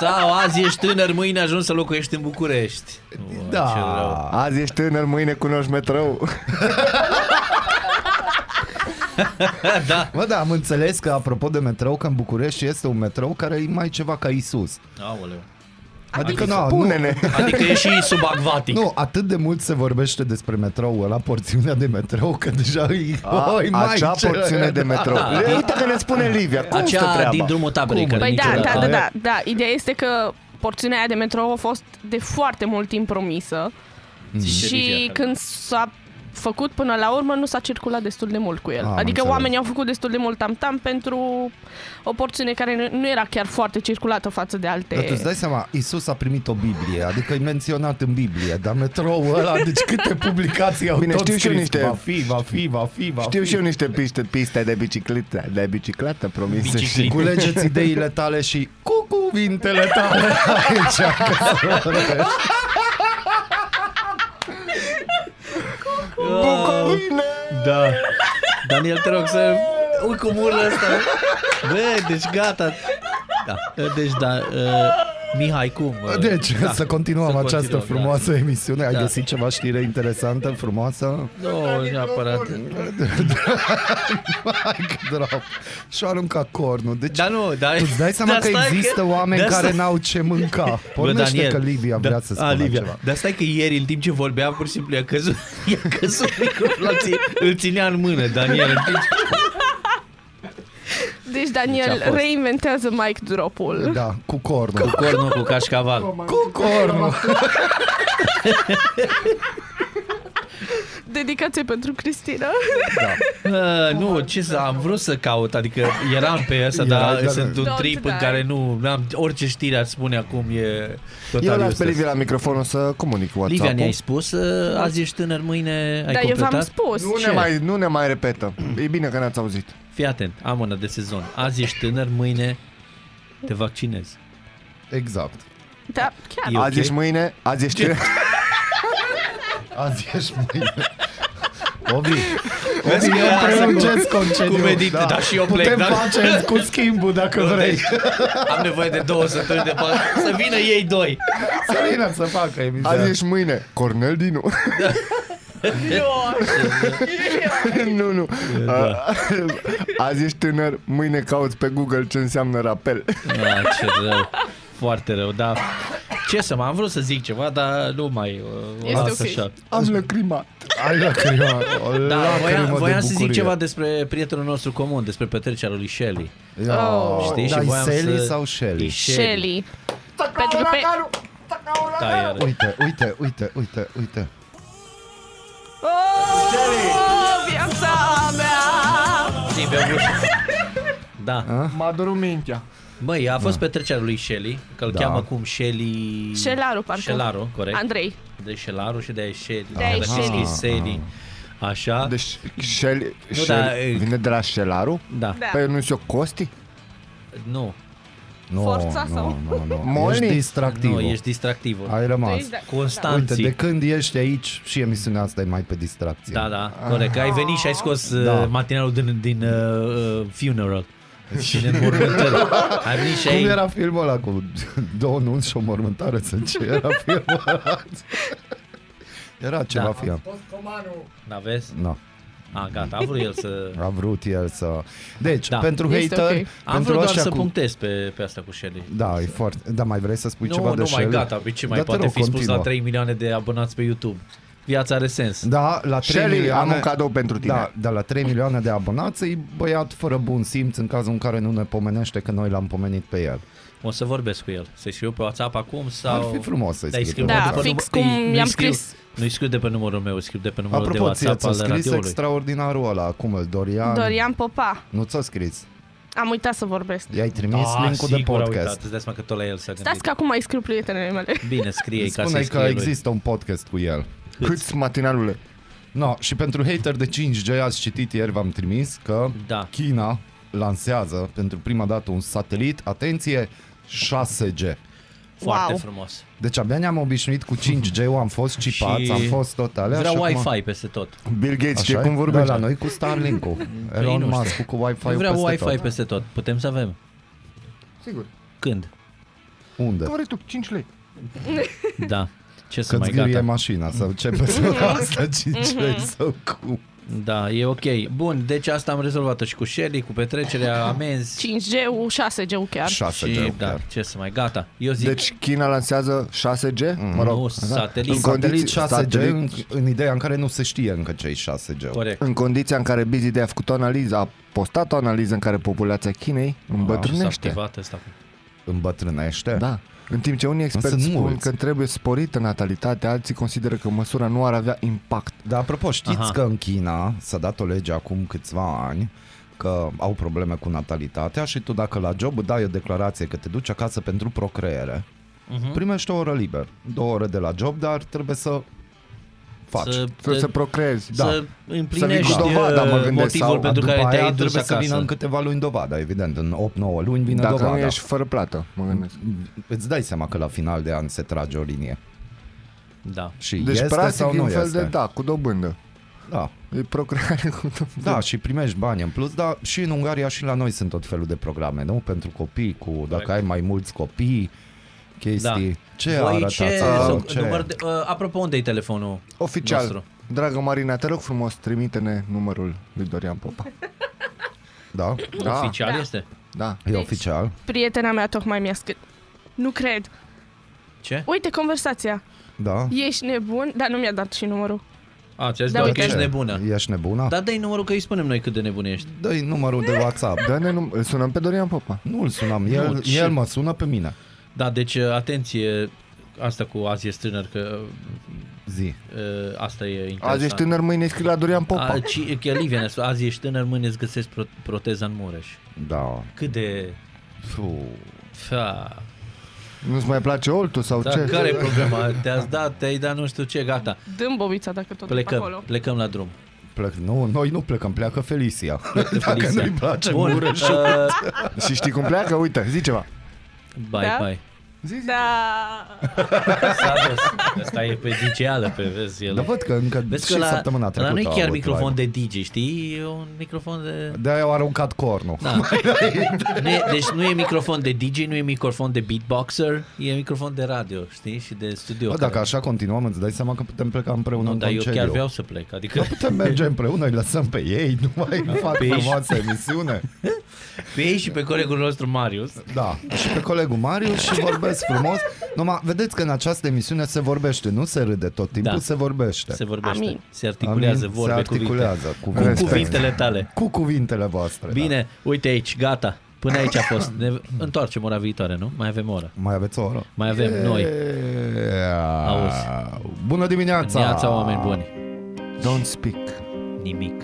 B: Sau azi ești tânăr, mâine ajungi să locuiești în București. Bă,
E: Da.
B: ce rău.
C: Azi ești tânăr, mâine cunoști metrou.
B: da.
E: Mă, da, am înțeles că, apropo de metrou, că în București este un metrou care e mai ceva ca Isus.
B: Aoleu.
E: Adică, na, nu,
C: Pune-ne!
B: Adică e și subacvatic.
E: nu, atât de mult se vorbește despre metrou, la porțiunea de metrou, că deja e... Oi,
C: A,
E: mai,
C: acea
E: ce-
C: porțiune de metrou.
B: Da.
C: Uite că ne spune Livia, cum stă
B: Acea
C: treaba?
B: din drumul taberei care
G: Păi da,
B: niciodată...
G: da, da, da, da. Ideea este că porțiunea aia de metrou a fost de foarte mult timp promisă
E: Mm.
B: Zice Livia,
G: și
B: care-
G: când s-a făcut până la urmă nu s-a circulat destul de mult cu el.
E: Ah, am
G: adică
E: înțeles.
G: oamenii au făcut destul de mult tam-tam pentru o porțiune care nu, nu era chiar foarte circulată față de alte.
E: Dar tu îți dai seama, Isus a primit o Biblie, adică e menționat în Biblie, dar metroul ăla, deci câte publicații au
C: Bine,
E: tot
C: știu și eu
E: scris,
C: niște-
E: va fi, va fi, va fi, va
C: Știu
E: fi.
C: și eu niște piste, piste de bicicletă, de bicicletă promise și cu
E: Culegeți ideile tale și cu cuvintele tale aici. că să vorbești.
C: Bucovine!
B: Da. Daniel, te rog să... Ui cum urlă ăsta. Bă, deci gata. Da. Deci da, uh, Mihai, cum? uh,
E: Deci,
B: da.
E: să continuăm
B: Să
E: această
B: continuăm, da.
E: frumoasă emisiune. Ai
B: Da.
E: găsit ceva știre interesantă, frumoasă?
B: Nu, neapărat.
E: Hai că drop. Și-a aruncat cornul. Deci,
B: Dar nu, dar...
E: tu îți dai seama
B: dar
E: că
B: Da, stai
E: există oameni
B: dar
E: care
B: stai-
E: n-au ce mânca. Pornește că Libia
B: da-
E: vrea să
B: a,
E: spună
B: Livia.
E: ceva.
B: Dar stai că ieri, în timp ce vorbeam, pur și simplu i-a căzut, i-a căzut microfonul, la ții- îl ținea în mână, Daniel. În timp ce...
G: Deci
B: Deci a
G: Daniel
B: fost.
G: reinventează mic drop-ul.
E: Da, cu cornul.
B: Cornul cu cașcaval.
E: Cu cornul.
G: dedicație pentru Cristina.
B: Uh, nu, ce să, am vrut să caut, adică eram pe asta, dar
E: Erai, da,
B: sunt
G: da.
B: un
G: Don't
B: trip în
G: die.
B: care nu, n-am, orice știre ar spune acum e total
C: Eu las
B: useless.
C: pe Livia la microfonul să comunic cu
D: Livia,
C: WhatsApp-ul.
D: ne-ai spus, uh, azi ești tânăr, mâine ai
G: Dar eu
D: completat?
G: v-am spus.
C: Nu ne, mai, nu ne mai repetă. E bine că ne-ați auzit.
B: Fii atent, am una de sezon. Azi ești tânăr, mâine te vaccinezi.
E: Exact.
G: Da, chiar.
B: E
C: Azi
B: ok?
C: ești mâine, azi ești...
E: Azi ești mâine. Ovi,
B: Vezi că
E: ce-ți concediu?
B: Cu medit, da, și eu plec,
E: Putem
B: da? Deci,
E: face cu schimbul dacă vrei.
B: am nevoie de două săptămâni de pauză. Să vină ei doi.
E: Să vină să facă emisia.
C: Azi ești mâine. Cornel Dinu. nu, nu. A- Azi ești tânăr, mâine cauți pe Google ce înseamnă rapel.
B: A, Ah, ce rău. Foarte rău, da. Ce să mă, am vrut să zic ceva, dar nu mai uh, o
G: Este
B: las
G: ok.
B: așa.
C: Am lăcrimat.
E: Ai lacrima, o
B: Da,
E: lacrimă
B: voiam,
E: de
B: voiam să zic
E: bucurie.
B: ceva despre prietenul nostru comun, despre petrecerea lui Shelley.
E: Ia,
G: Oh.
B: Știi?
E: Dai,
B: și voiam
E: Sally
B: să...
E: sau Shelley?
G: Shelly. Pentru că pe...
B: Da, iar.
E: Uite, uite, uite, uite, uite.
G: Oh, viața mea!
B: Zi, pe ușă. Da.
C: M-a durut mintea.
B: Băi, a fost petrecerea lui Shelley, că îl
E: Da.
B: cheamă acum Shelley...
G: Șelaru, parcă.
B: Shelaru, corect.
G: Andrei.
B: de Shelaru și de Shelley.
G: De-aia e Shelley.
E: Ah.
B: Shelley. Așa,
C: Deci, Shell,
B: Nu,
C: Shell,
B: dar, e-
C: vine de la Shelaru?
B: da.
G: Da.
C: Păi nu-s eu Costi?
B: Nu,
E: No,
G: Forța sau-
E: No, no, no.
C: Molly?
E: Ești distractiv.
B: nu, ești distractiv.
E: Ai rămas.
G: Deci, da.
E: Uite,
B: Constanții.
E: de când ești aici și emisiunea asta e mai pe distracție.
B: Da, da, corect. Ai venit și ai scos da.
E: Da. Deci-
B: matinalul din, din uh, uh, funeral. Și din mormântări. Ai venit și ai...
E: Cum era filmul ăla cu două nunți și o mormântare? Să ce era filmul ăla? Era ceva
B: Da.
E: da. film.
B: Da, vezi?
E: No,
B: A, gata, a vrut el să...
E: a vrut el să... Deci,
B: Da.
E: da. pentru
G: Este
E: hater,
G: ok.
B: Am
E: pentru
B: vrut doar să
E: cu...
B: punctez pe, pe asta cu Shelley.
E: Da, e foarte... Da, mai vrei să spui
B: Nu,
E: ceva
B: nu
E: de
B: mai
E: Shelley?
B: gata, pe ce mai
E: Da, te
B: poate
E: rog,
B: fi spus la
E: continuă.
B: 3 milioane de abonați pe YouTube. Viața are sens.
E: Da, la 3
C: Shelley,
E: milioane...
C: am un cadou pentru tine.
E: Da, dar la 3 milioane de abonați e băiat fără bun simț în cazul în care nu ne pomenește că noi l-am pomenit pe el.
B: O să vorbesc cu el. Să-i scriu pe WhatsApp acum sau...
E: Ar fi frumos să-i
B: Da-i
E: scrii
B: scriu
E: pe
G: Da,
B: după
E: WhatsApp.
G: fix
B: număr-
G: cum
B: îi- nu-i
G: i-am
B: scriu-
G: scris.
B: Nu-i scriu de pe numărul meu, îi scriu de pe numărul de
E: Apropo, ție
B: WhatsApp
E: ți-a
B: al
E: scris
B: radioului.
E: extraordinarul ăla, cum îl, Dorian?
G: Da. Dorian Popa.
E: Nu ți-a scris.
G: Am uitat să vorbesc.
E: I-ai trimis
B: Ah,
E: link-ul de
B: sigur, a Uitat,
E: podcast.
B: îți dai seama că tot la el s-a gândit.
G: Stați că acum îi scriu prietenele mele.
B: Bine, scrie ca
E: Spune
B: să
E: că
B: scrie lui.
E: există un podcast cu el.
C: Câți matinalule?
E: No, și pentru hater de 5G ați citit ieri, v-am trimis că
B: Da.
E: China lansează pentru prima dată un satelit, atenție, 6G.
B: Foarte
G: Wow.
B: frumos.
E: Deci abia ne-am obișnuit cu 5G-ul, am fost cipați,
B: Și
E: am fost tot alea.
B: Vrea
E: și acum-
B: Wi-Fi peste tot.
C: Bill Gates, ce
E: Așa e?
C: cum vorbești?
E: Da, la noi cu Starlink-ul. Elon
B: Păi nu știu.
E: Musk cu Wi-Fi-ul
B: Vrea
E: peste
B: Wi-Fi
E: tot.
B: peste tot. Putem să avem.
C: Sigur.
B: Când?
E: Unde?
C: Că vrei tu, 5 lei.
B: Da. Ce să
E: Că-ți
B: mai
E: zgârie
B: gata. Mhm.
E: mașina sau ce pe asta 5G sau cum.
B: Da, e ok. Bun, deci asta am rezolvat-o și cu Shelly, cu
G: Ah,
B: petrecerea, amenzi.
G: 5G-ul, 6G-ul chiar.
E: 6
B: Și, da, ce să mai, gata. Eu zic,
C: Deci China lansează 6G? Mă
B: nu,
C: rog.
B: satelit.
C: În
E: Satelit
C: condiții-
E: 6G în, în ideea în care nu se știe încă ce e 6G.
B: Corect.
C: În condiția în care Busy Day a făcut o analiză, a postat o analiză în care populația Chinei
B: S-a
C: îmbătrânește.
B: activat ăsta.
E: Îmbătrânește?
C: Da. În timp ce unii experți
E: Însă nu
C: spun
E: mulți.
C: că trebuie sporită natalitatea, alții consideră că măsura nu ar avea impact.
E: Dar apropo, știți
B: Aha.
E: Aha. că în China s-a dat o lege acum câțiva ani că au probleme cu natalitatea și tu dacă la job îți dai o declarație că te duci acasă pentru procreere,
B: Mhm.
E: uh-huh. primești o oră liber, două ore de la job, dar trebuie să faci.
B: Să,
C: Să, să
B: să,
C: procreezi.
B: să împlinești
C: Da. Să vii cu dovada, mă
B: uh,
C: gândesc,
B: motivul
C: sau-
B: pentru
E: După
B: care
E: aia
B: te-ai dus
E: trebuie să vină
B: acasă.
E: în câteva luni dovada, evident, în 8-9 luni vine
C: Dacă
E: dovada.
C: nu ești fără plată, mă gândesc.
E: Îți dai seama că la final de an se trage o linie.
B: Da.
E: Și
C: Deci,
E: este
C: practic,
E: sau
C: e
E: nu
C: un fel
E: este.
C: de da, cu dobândă.
E: Da.
C: E procreare cu dobândă.
E: Da, și primești bani în plus, dar și în Ungaria și la noi sunt tot felul de programe, nu? Pentru copii, cu dacă ai mai mulți copii, chestii. Da. Ce
B: Voi
E: arătați
B: ce,
E: acolo?
B: sau- număr de- uh, apropo, unde e telefonul?
C: Oficial.
B: Nostru.
C: Dragă Marina, te rog frumos, trimite-ne numărul lui Dorian Popa.
E: Da,
C: Da,
B: Oficial
G: Da.
B: este?
C: da.
E: e
B: Deci-
E: oficial.
G: Prietena mea tocmai mi-a scris. Nu cred.
B: Ce?
G: Uite conversația.
E: Da.
G: Ești nebun? Dar nu mi-a dat și numărul.
B: A, ți-a zis
G: Da,
B: doar că
G: uite.
B: ești
E: Ce?
B: nebună.
E: Ești nebună? Da.
B: Da, dă-i numărul că îi spunem noi cât de nebun ești.
E: Dă-i numărul de WhatsApp.
C: Dă-ne num- îl sunăm pe Dorian Popa.
E: Nu îl sunam, el,
B: Nu, ce?
E: el mă sună pe mine.
B: Da, deci uh, atenție, asta cu azi e tânăr, că uh,
E: Zi.
B: Uh, asta e interesant.
C: Azi ești tânăr, mâine scrii la Dorian Popa.
B: A, ci, chiar Liviu ne-a spus, azi ești tânăr, mâine îți găsești pro- proteza în Mureș.
E: Da.
B: Cât de...
E: Puh.
B: Fa.
C: Nu-ți mai place oltul sau
B: Dar
C: ce?
B: care e problema? Te-ați dat, te-ai dat nu știu ce, gata.
G: Dăm bobița dacă tot e pe
B: Plecăm,
G: acolo.
B: plecăm la drum.
E: Plec, nu, noi nu plecăm, pleacă Felicia. Dacă
B: Felicia.
E: nu-i place
B: Bun,
E: Mureș.
B: uh,
C: Și știi cum pleacă? Uite, zi ceva.
B: bye,
G: Da?
B: bye.
G: Da.
B: S-a dus. Asta e pe diceală, pe vezi el.
E: Dar văd că încă
B: Vezi
E: și
B: că la,
E: săptămâna
B: la
E: trecută
B: nu e
E: a
B: chiar
E: avut
B: microfon
E: live.
B: de DJ, știi? E un microfon de...
E: De-aia au aruncat cornul.
B: Da. nu e, deci nu e microfon de DJ, nu e microfon de beatboxer, e microfon de radio, știi? Și de studio.
E: Bă, dacă așa continuăm, îți dai seama că putem pleca împreună
B: nu,
E: în
B: dar eu
E: concediu.
B: chiar vreau să plec. Adică
E: Că putem merge împreună, îi lăsăm pe ei, nu mai fac
B: Pe ei.
E: frumoasă emisiune.
B: pe ei și pe colegul nostru Marius.
E: Da, și pe colegul Marius
B: Da.
E: și vorbesc frumos. Numai, vedeți că în această emisiune se vorbește, nu se râde tot timpul,
B: Da.
E: da. se vorbește.
B: Se vorbește,
G: Amin.
B: se articulează
E: Amin,
B: vorbe,
E: se articulează Da.
B: cuvinte.
E: cuvinte.
B: Cu cuvintele tale.
E: Cu cuvintele voastre. da.
B: Bine, uite aici, gata. Până aici a fost. Ne întoarcem ora viitoare, nu? Mai avem o oră.
E: Da. Mai aveți o oră?
B: Mai avem noi. Auzi.
E: Bună dimineața!
B: Neața, oameni buni.
C: Don't speak.
B: Nimic.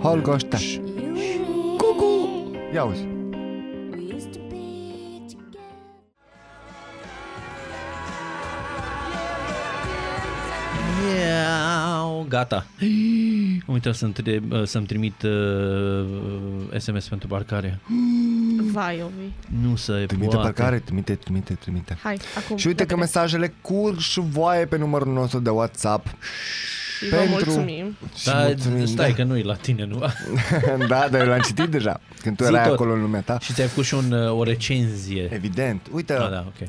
C: Holgoșta.
H: You and
C: Cucu! Ia uzi.
H: me, we used to be together.
B: Iau, gata. Mă uitam să-mi, tre- să-mi trimit uh, SMS pentru parcare.
G: Vai, Ovi.
B: Nu se
C: Trimite
B: poate.
C: pe care? Trimite, trimite, trimite.
G: Hai, acum.
C: Și uite că
G: repede.
C: mesajele curg și voie pe numărul nostru de WhatsApp.
G: Vă mulțumim.
C: Și
B: Da,
C: mulțumim,
B: stai că nu-i la tine, nu?
C: da. da, dar eu l-am citit deja. Când tu
B: Zi
C: erai
B: tot.
C: acolo în lumea ta.
B: și ți-ai făcut și un, uh, o recenzie.
C: Evident. Uite,
B: Da, da, ok.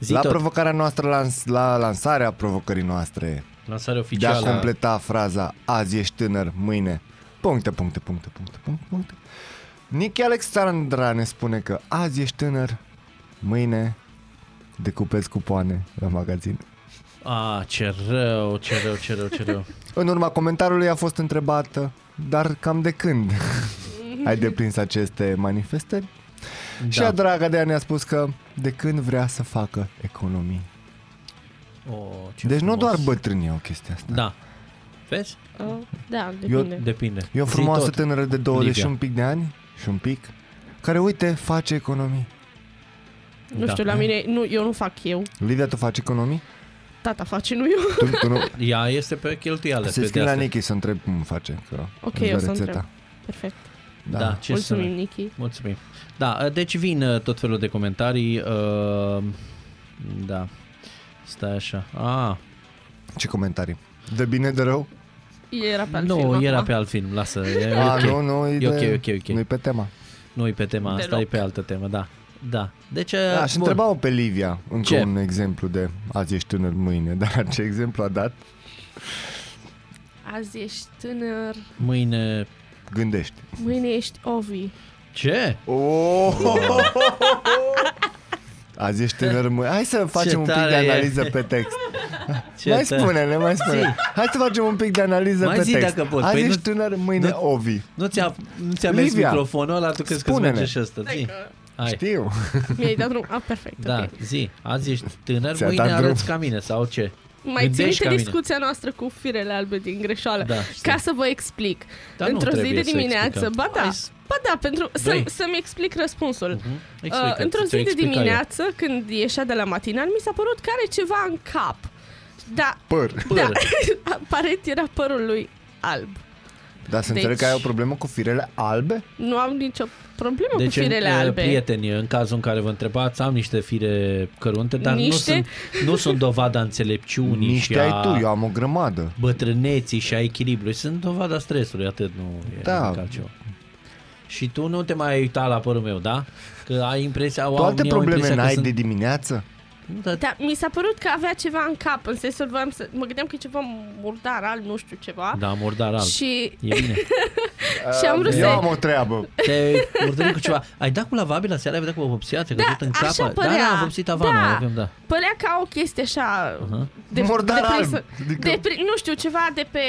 B: Zi
C: la
B: tot.
C: provocarea noastră, lans, la lansarea provocării noastre,
B: Lansare
C: de a
B: oficială.
C: completa fraza Azi ești tânăr, mâine Puncte, puncte, puncte, puncte, puncte, puncte Nichi Alexandra ne spune că Azi ești tânăr, mâine Decupezi cupoane la magazin
B: A, Ah, ce rău, ce rău, ce rău, ce rău.
C: În urma comentariului a fost întrebată Dar cam de când ai deprins aceste manifestări? Da. Și a draga de ea ne-a spus că de când vrea să facă economii.
B: O, Oh, ce
C: Ce deci
B: frumos.
C: nu doar bătrânii au chestia asta.
B: Da. Vezi?
G: Uh, Da, depinde.
B: Depinde.
C: E o
B: Zi
C: frumoasă
B: tot.
C: tânără de 21
B: Livia.
C: pic de ani și un pic, care, uite, face economii.
G: Nu
B: Da.
G: știu, la mine, nu, eu nu fac eu.
C: Livia, tu faci economii?
G: Tata face, nu eu.
C: Tu, tu nu...
B: Ea este pe cheltuială.
C: Se
B: pe
C: scrie
B: de
C: la
B: astea.
C: Nichi să întreb cum face. Că
G: Ok,
C: îți dă
G: o să
C: rețeta.
G: întreb. Perfect.
C: Da.
B: Da, ce să...
G: Mulțumim, Nichi.
B: Mulțumim. Da, deci vin uh, tot felul de comentarii. uh, Da. Stai așa. Ah,
C: Ce comentarii? De bine, de rău?
G: Era pe alt
B: nu,
G: film,
B: era
G: acum.
B: pe alt film, lasă. E
C: A,
B: ok.
C: nu, nu, e,
B: E ok,
C: de...
B: ok, ok.
C: nu e pe tema.
B: Nu e pe tema asta,
G: Deloc.
B: e pe altă temă, da. Da. Deci, uh,
C: Da, și
B: bun.
C: întrebau pe Livia încă
B: Ce?
C: un exemplu de azi ești tânăr mâine, dar ce exemplu a dat?
G: Azi ești tânăr,
B: mâine...
C: Gândești.
G: mâine ești Ovi.
B: Ce?
C: Oh! Azi ești tânăr mâine. Hai să facem un pic
B: tare
C: de
B: e.
C: analiză pe text.
B: Ce
C: mai
B: tă-
C: spune, ne mai spune.
B: Zi.
C: Hai să facem un pic de analiză
B: Mai
C: pe
B: zi
C: text.
B: dacă poți.
C: Azi
B: Păi
C: ești
B: nu-
C: tânăr, mâine
B: nu-
C: Ovi.
B: Nu ți-a, nu ți-a mers
C: Livia,
B: microfonul ăla, tu crezi că îți
C: spune-ne.
B: merge și ăsta. Zi. Hai.
C: Știu.
G: Mi-ai dat drumul. A, perfect.
B: Da,
G: ok.
B: zi. Azi ești tânăr,
C: Ți-a
B: mâine
C: dat drum.
B: arăți ca mine sau ce?
G: Mai ții
B: Gândești
G: minte
B: ca mine.
G: discuția noastră cu firele albe din greșeală?
B: Da, știu.
G: ca să vă explic.
B: Dar nu
G: Într-o zi
B: trebuie
G: de
B: să
G: dimineață,
B: explicăm.
G: ba da,
B: Hai să-
G: ba da, pentru să,
B: Vrei?
G: să-mi explic răspunsul.
B: Mhm.
G: Uh,
B: Explică,
G: într-o
B: ți-o
G: zi de
B: explic eu.
G: dimineață, când ieșea de la matinal, mi s-a părut că are ceva în cap. Da,
C: Păr.
B: Păr.
G: da, aparent era părul lui alb.
C: Dar să
G: Deci-
C: înțeleg că ai o problemă cu firele albe?
G: Nu am nicio problemă
B: Deci,
G: cu firele
B: în-
G: albe.
B: prieteni, în cazul în care vă întrebați, am niște fire cărunte, dar
G: Niște?
B: nu, sunt, nu sunt dovada înțelepciunii
C: Niște
B: și a
C: ai tu, eu am o grămadă.
B: bătrâneții și a echilibrului. Sunt dovada stresului, atât nu e
C: Da.
B: nimic altceva. Și tu nu te mai uita la părul meu, da? Că ai impresia...
C: Tu alte
B: oamenii au
C: probleme
B: impresia că
C: n-ai
B: sunt-
C: de dimineață?
B: Nu, dar
G: Da, mi s-a părut că avea ceva în cap, în sensul voiam să... Mă gândeam că e ceva murdar, alb, nu știu ceva.
B: Da, murdar alb.
G: Și,
B: E bine.
G: și am vrut
C: Eu
G: să...
C: am o treabă.
B: Te murdări cu ceva. Ai dat cu lavabil seara, ai dat cu o vopsea, te-ai
G: Da,
B: căzut în
G: așa
B: capă. Da,
G: părea.
B: da, am vopsit tavanul,
G: Da.
B: avem, da.
G: Părea ca o chestie așa... De,
C: Murdar
G: deprinsă-
C: alb, adică-
G: de, pri- nu știu, ceva de pe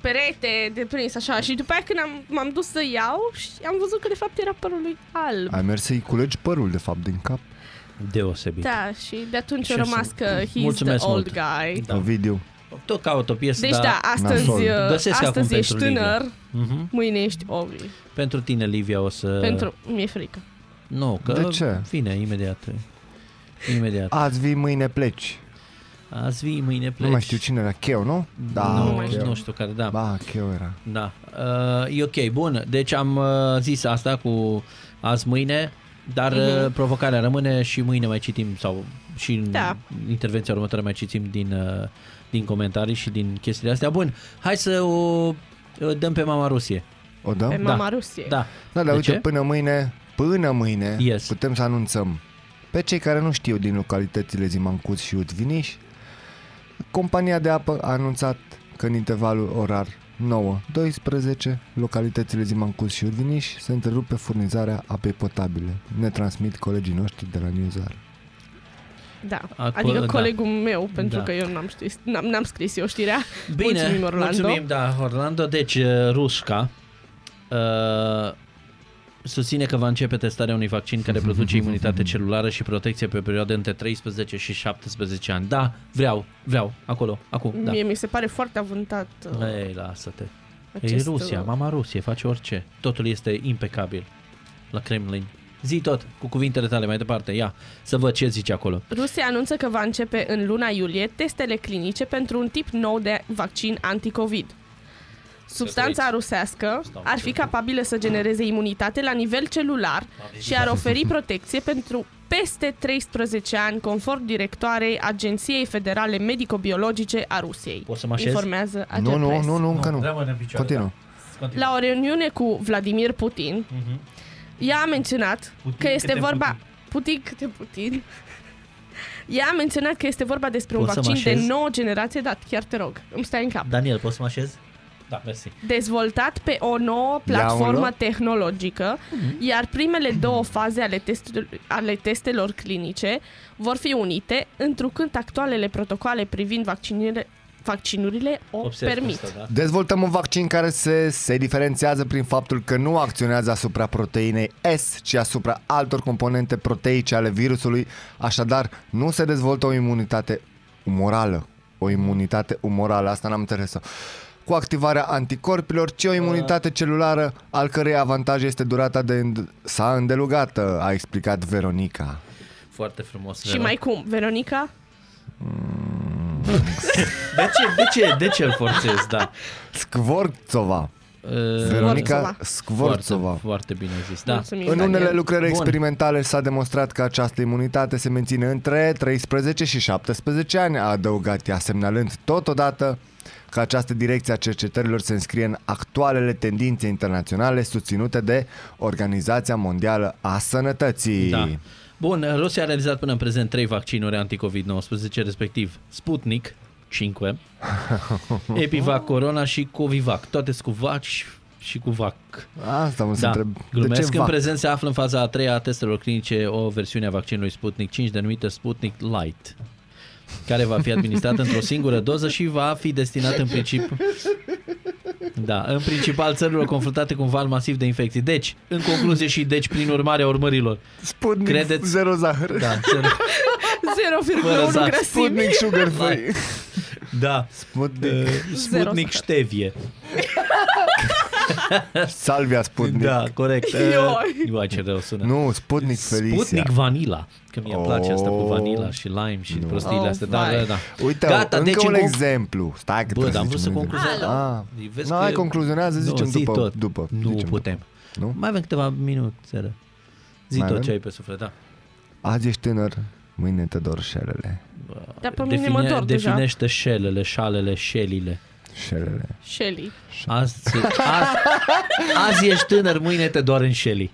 G: perete, de prins așa. Și după aia când am, m-am dus să iau și am văzut că de fapt era părul lui alb.
C: Ai mers să-i culegi părul, de fapt, din cap.
B: Deosebit.
G: Da, și de atunci
B: Și
G: a rămas
B: să-
G: că he's
B: Mulțumesc
G: the old
B: mult.
G: guy.
B: Da.
C: Ovidiu.
B: Tot caut o piesă,
G: Deci da,
B: dar
G: astăzi,
C: nasol.
G: uh,
B: Găsesc acum
G: astăzi ești
B: pentru Uh, Livia.
G: tânăr,
B: Mhm.
G: mâine ești ovi.
B: pentru tine, Livia, o să...
G: Pentru... Mi-e frică.
B: Nu, că...
C: De ce?
B: Vine imediat. Imediat.
C: Azi vii, mâine pleci.
B: Azi vii, mâine pleci.
C: Nu mai știu cine era, Cheu, nu? Da,
B: nu,
C: Cheu.
B: nu știu care, da.
C: Ba, Cheu era.
B: Da. Uh, e ok, bun. Deci am uh, zis asta cu azi mâine, dar uh, provocarea rămâne și mâine mai citim sau și în
G: Da.
B: intervenția următoare mai citim din, uh, din comentarii și din chestiile astea. Bun, hai să o uh, dăm pe mama Rusie.
C: O
G: Pe
C: dăm?
G: mama Rusiei.
B: Da.
C: Da, dar
B: De
C: uite,
B: ce?
C: până mâine, până mâine,
B: Yes.
C: putem să anunțăm pe cei care nu știu din localitățile Zimancuț și Utviniș, compania de apă a anunțat că în intervalul orar 9-12, localitățile Zimancuț și Utviniș se întrerupe furnizarea apei potabile. Ne transmit colegii noștri de la Newsar.
G: Da.
B: Aco-
G: adică
B: da.
G: colegul meu, pentru
B: Da.
G: că eu n-am, știut, n-am, n-am scris eu știrea.
B: Bine,
G: Mulțumim, Orlando.
B: mulțumim, da, Orlando. Deci, uh, Rușca uh, susține că va începe testarea unui vaccin care produce imunitate celulară și protecție pe perioade între 13 și 17 ani. Da, vreau, vreau, acolo, acum, da.
G: Mie mi se pare foarte avântat uh,
B: Ei, lasă-te.
G: acest...
B: e Rusia,
G: uh,
B: mama Rusie, face orice. Totul este impecabil la Kremlin. Zi tot, cu cuvintele tale mai departe, ia, să văd ce zici acolo.
G: Rusia anunță că va începe în luna iulie testele clinice pentru un tip nou de vaccin anticovid. Substanța rusească ar fi capabilă să genereze imunitate la nivel celular și ar oferi protecție pentru peste 13 ani, conform directoarei Agenției Federale Medico-Biologice a Rusiei.
B: Poți să mă așez?
G: Informează
C: Nu, nu,
G: Agerpres.
C: nu, nu, încă nu.
B: rămâne în picioare,
C: Continuă.
G: La o reuniune cu Vladimir Putin, ea a menționat
B: Mhm. Putin
G: că este
B: câte
G: vorba... Putin câte Putin. Ea a menționat că este vorba despre un
B: Poți să mă
G: vaccin de
B: așez?
G: nouă generație, da, chiar te rog, îmi stai în cap.
B: Daniel, poți să mă așez? Da, mersi.
G: Dezvoltat pe o nouă
C: Ia un
G: platformă
C: loc.
G: tehnologică,
B: Mhm.
G: iar primele două faze ale, testul- ale testelor clinice vor fi unite, întrucât actualele protocoale privind vaccinile, vaccinurile o
B: Observ
G: permit.
B: Asta, da?
C: Dezvoltăm un vaccin care se, se diferențiază prin faptul că nu acționează asupra proteinei S, ci asupra altor componente proteice ale virusului, așadar nu se dezvoltă o imunitate umorală. O imunitate umorală, asta n-am înțeles cu activarea anticorpilor, ci o imunitate celulară, al cărei avantaj este durata de înd- sa îndelugată, a explicat Veronica.
B: Foarte frumos.
G: Și mai cum, Veronica?
B: De ce, de ce, de ce îl forțez, da.
C: Skvortsova.
B: Uh,
C: Veronica
G: Skvortsova.
C: Skvortsova.
B: foarte bine zis, da.
G: Mulțumim,
C: În
G: Daniel.
C: unele lucrări
B: Bun.
C: experimentale s-a demonstrat că această imunitate se menține între 13 și 17 ani, a adăugat ea, semnalând totodată că această direcție a cercetărilor se înscrie în actualele tendințe internaționale susținute de Organizația Mondială a Sănătății.
B: Da. Bun, Rusia a realizat până în prezent trei vaccinuri anticovid-19, respectiv Sputnik 5, Epivac Corona și Covivac. Toate sunt cu vaci și cu vac.
C: Asta mă se
B: Da,
C: întreb.
B: glumesc.
C: de ce
B: în
C: vac?
B: prezent se află în faza a treia a testelor clinice o versiune a vaccinului Sputnik 5 denumită Sputnik Light care va fi administrat într-o singură doză și va fi destinat în principiu da, în principal țărilor confruntate cu un val masiv de infecții. Deci, în concluzie și deci prin urmarea urmărilor.
C: Sputnik
B: Credeți-
C: zero zahăr.
B: Da, țări-
G: 0,1
B: Fără zac.
G: grăsime.
C: Sputnik sugar free.
B: da.
C: Sputnik.
B: Sputnik ștevie.
C: Salvia Sputnik.
B: Da, corect.
G: Ioi.
B: Ioi, ce rău sună.
C: Nu, Sputnik Felicia.
B: Sputnik Vanilla, că mi-e oh. place asta cu
C: Oh.
B: vanila și lime și prostiile
G: Oh,
B: astea. Da,
G: vai.
B: da, da.
C: Uite,
B: Gata,
C: încă
B: deci
C: un
B: în conc-
C: exemplu. Stai că
B: Bă,
C: trebuie
B: dar am vrut
C: zicem
B: să
C: un exemplu.
B: concluzionez.
C: Ah.
B: Deci Vezi
C: Nu,
B: că-
C: hai, concluzionează, zicem
B: nu, zi
C: după-
B: tot.
C: după,
B: Nu
C: zicem
B: putem.
C: Nu?
B: Mai avem câteva minute. Zi
C: Mai
B: tot
C: avem?
B: ce ai pe suflet, da.
C: Azi ești tânăr, mâine te dor șelele.
G: Dar pe mine mă dor deja.
B: definește șelele, șalele, șelile.
C: Șelele.
G: Shelly.
B: Azi, azi, azi ești tânăr, mâine te doare în șelii.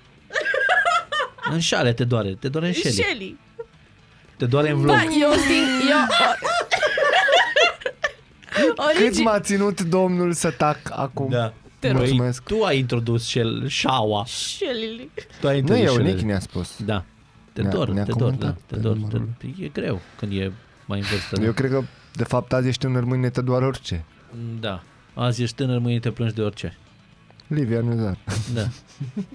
B: În șale te doare, te doare în șelii.
G: Shelly.
B: Te doare în vlog.
G: Ba, eu zic, eu...
C: Cât
G: Origi...
C: m-a ținut domnul să tac acum?
B: Da.
G: Te rog.
C: Mulțumesc.
B: tu ai introdus șel, șaua.
G: Shelly.
B: Tu ai
C: Nu
B: introdus
C: eu,
B: șelele.
C: Nichi ne-a spus.
B: Da. Te
C: Ne-a-
B: dor,
C: ne-a
B: te dor, da,
C: comentat
B: te
C: pe
B: dor.
C: numărul.
B: Te, e greu când e mai în vârstă. da.
C: Eu cred că, de fapt, azi ești tânăr, mâine te doar orice.
B: Da. Azi ești tânăr, mâine te plângi de orice.
C: Livia Nuzar.
B: Da.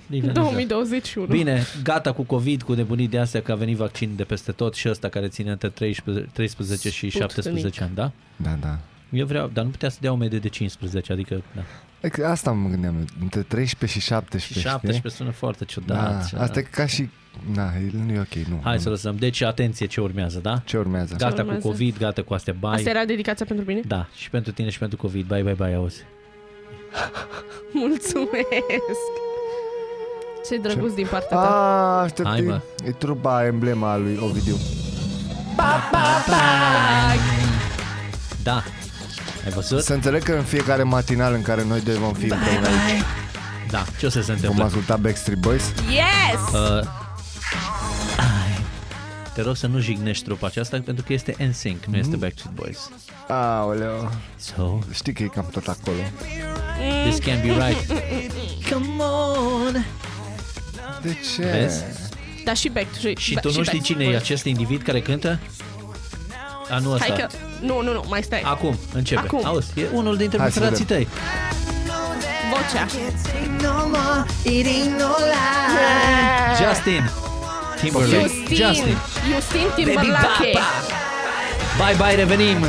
B: Liviu, nu știu.
G: 2021.
B: Bine, gata cu COVID, cu nebunii de astea că a venit vaccin de peste tot și ăsta care ține între 13, 13 și
G: Sputnik.
B: 17 ani, da?
C: Da, da.
B: Eu vreau, dar nu putea să dea o medie de 15, adică da. Deci,
C: Adică Asta mă gândeam, eu, între 13 și 17.
B: și 17 sună foarte
C: Da,
B: ciudat.
C: da, asta e ca și... Da, e- nu e ok, nu.
B: Hai
C: nu.
B: să lăsăm. Deci atenție ce urmează, da?
C: Ce urmează?
B: Gata cu
G: urmează?
B: COVID, gata cu astea, bye.
G: Asta era dedicația pentru mine?
B: Da, și pentru tine și pentru COVID. Bye, bye, bye, auzi.
G: Mulțumesc! Ce drăguț din partea ta.
B: Ah.
C: A, Ah, aștept,
B: Hai, mă.
C: e, e truba, emblema a lui Ovidiu.
B: Da. Ai văzut?
C: Să înțeleg că în fiecare matinal în care noi doi vom fi împreună aici,
B: Da. Ce o să se
C: vom
B: întâmple?
C: asculta Backstreet Boys.
G: Yes!
B: Uh, ai. te rog să nu jignești trupa aceasta pentru că este NSYNC, nu
G: Mm.
B: este Backstreet Boys.
C: Aoleu,
B: So,
C: știi că e cam tot acolo.
B: this can be right.
C: De ce?
B: Vezi?
G: Dar și back. Și,
B: Și
G: ba-
B: tu nu știi
G: back.
B: cine e acest individ care cântă? A, nu
G: Hai
B: ăsta. Ah.
G: că... Nu, nu, nu, mai stai.
B: Acum, începe.
G: Acum.
B: Auzi, e unul dintre
C: Hai să
B: frații tăi.
G: Vocea.
B: Justin Timberlake.
G: Eh. Justin.
B: Justin.
G: Justin Timberlake.
B: Bye, bye, revenim.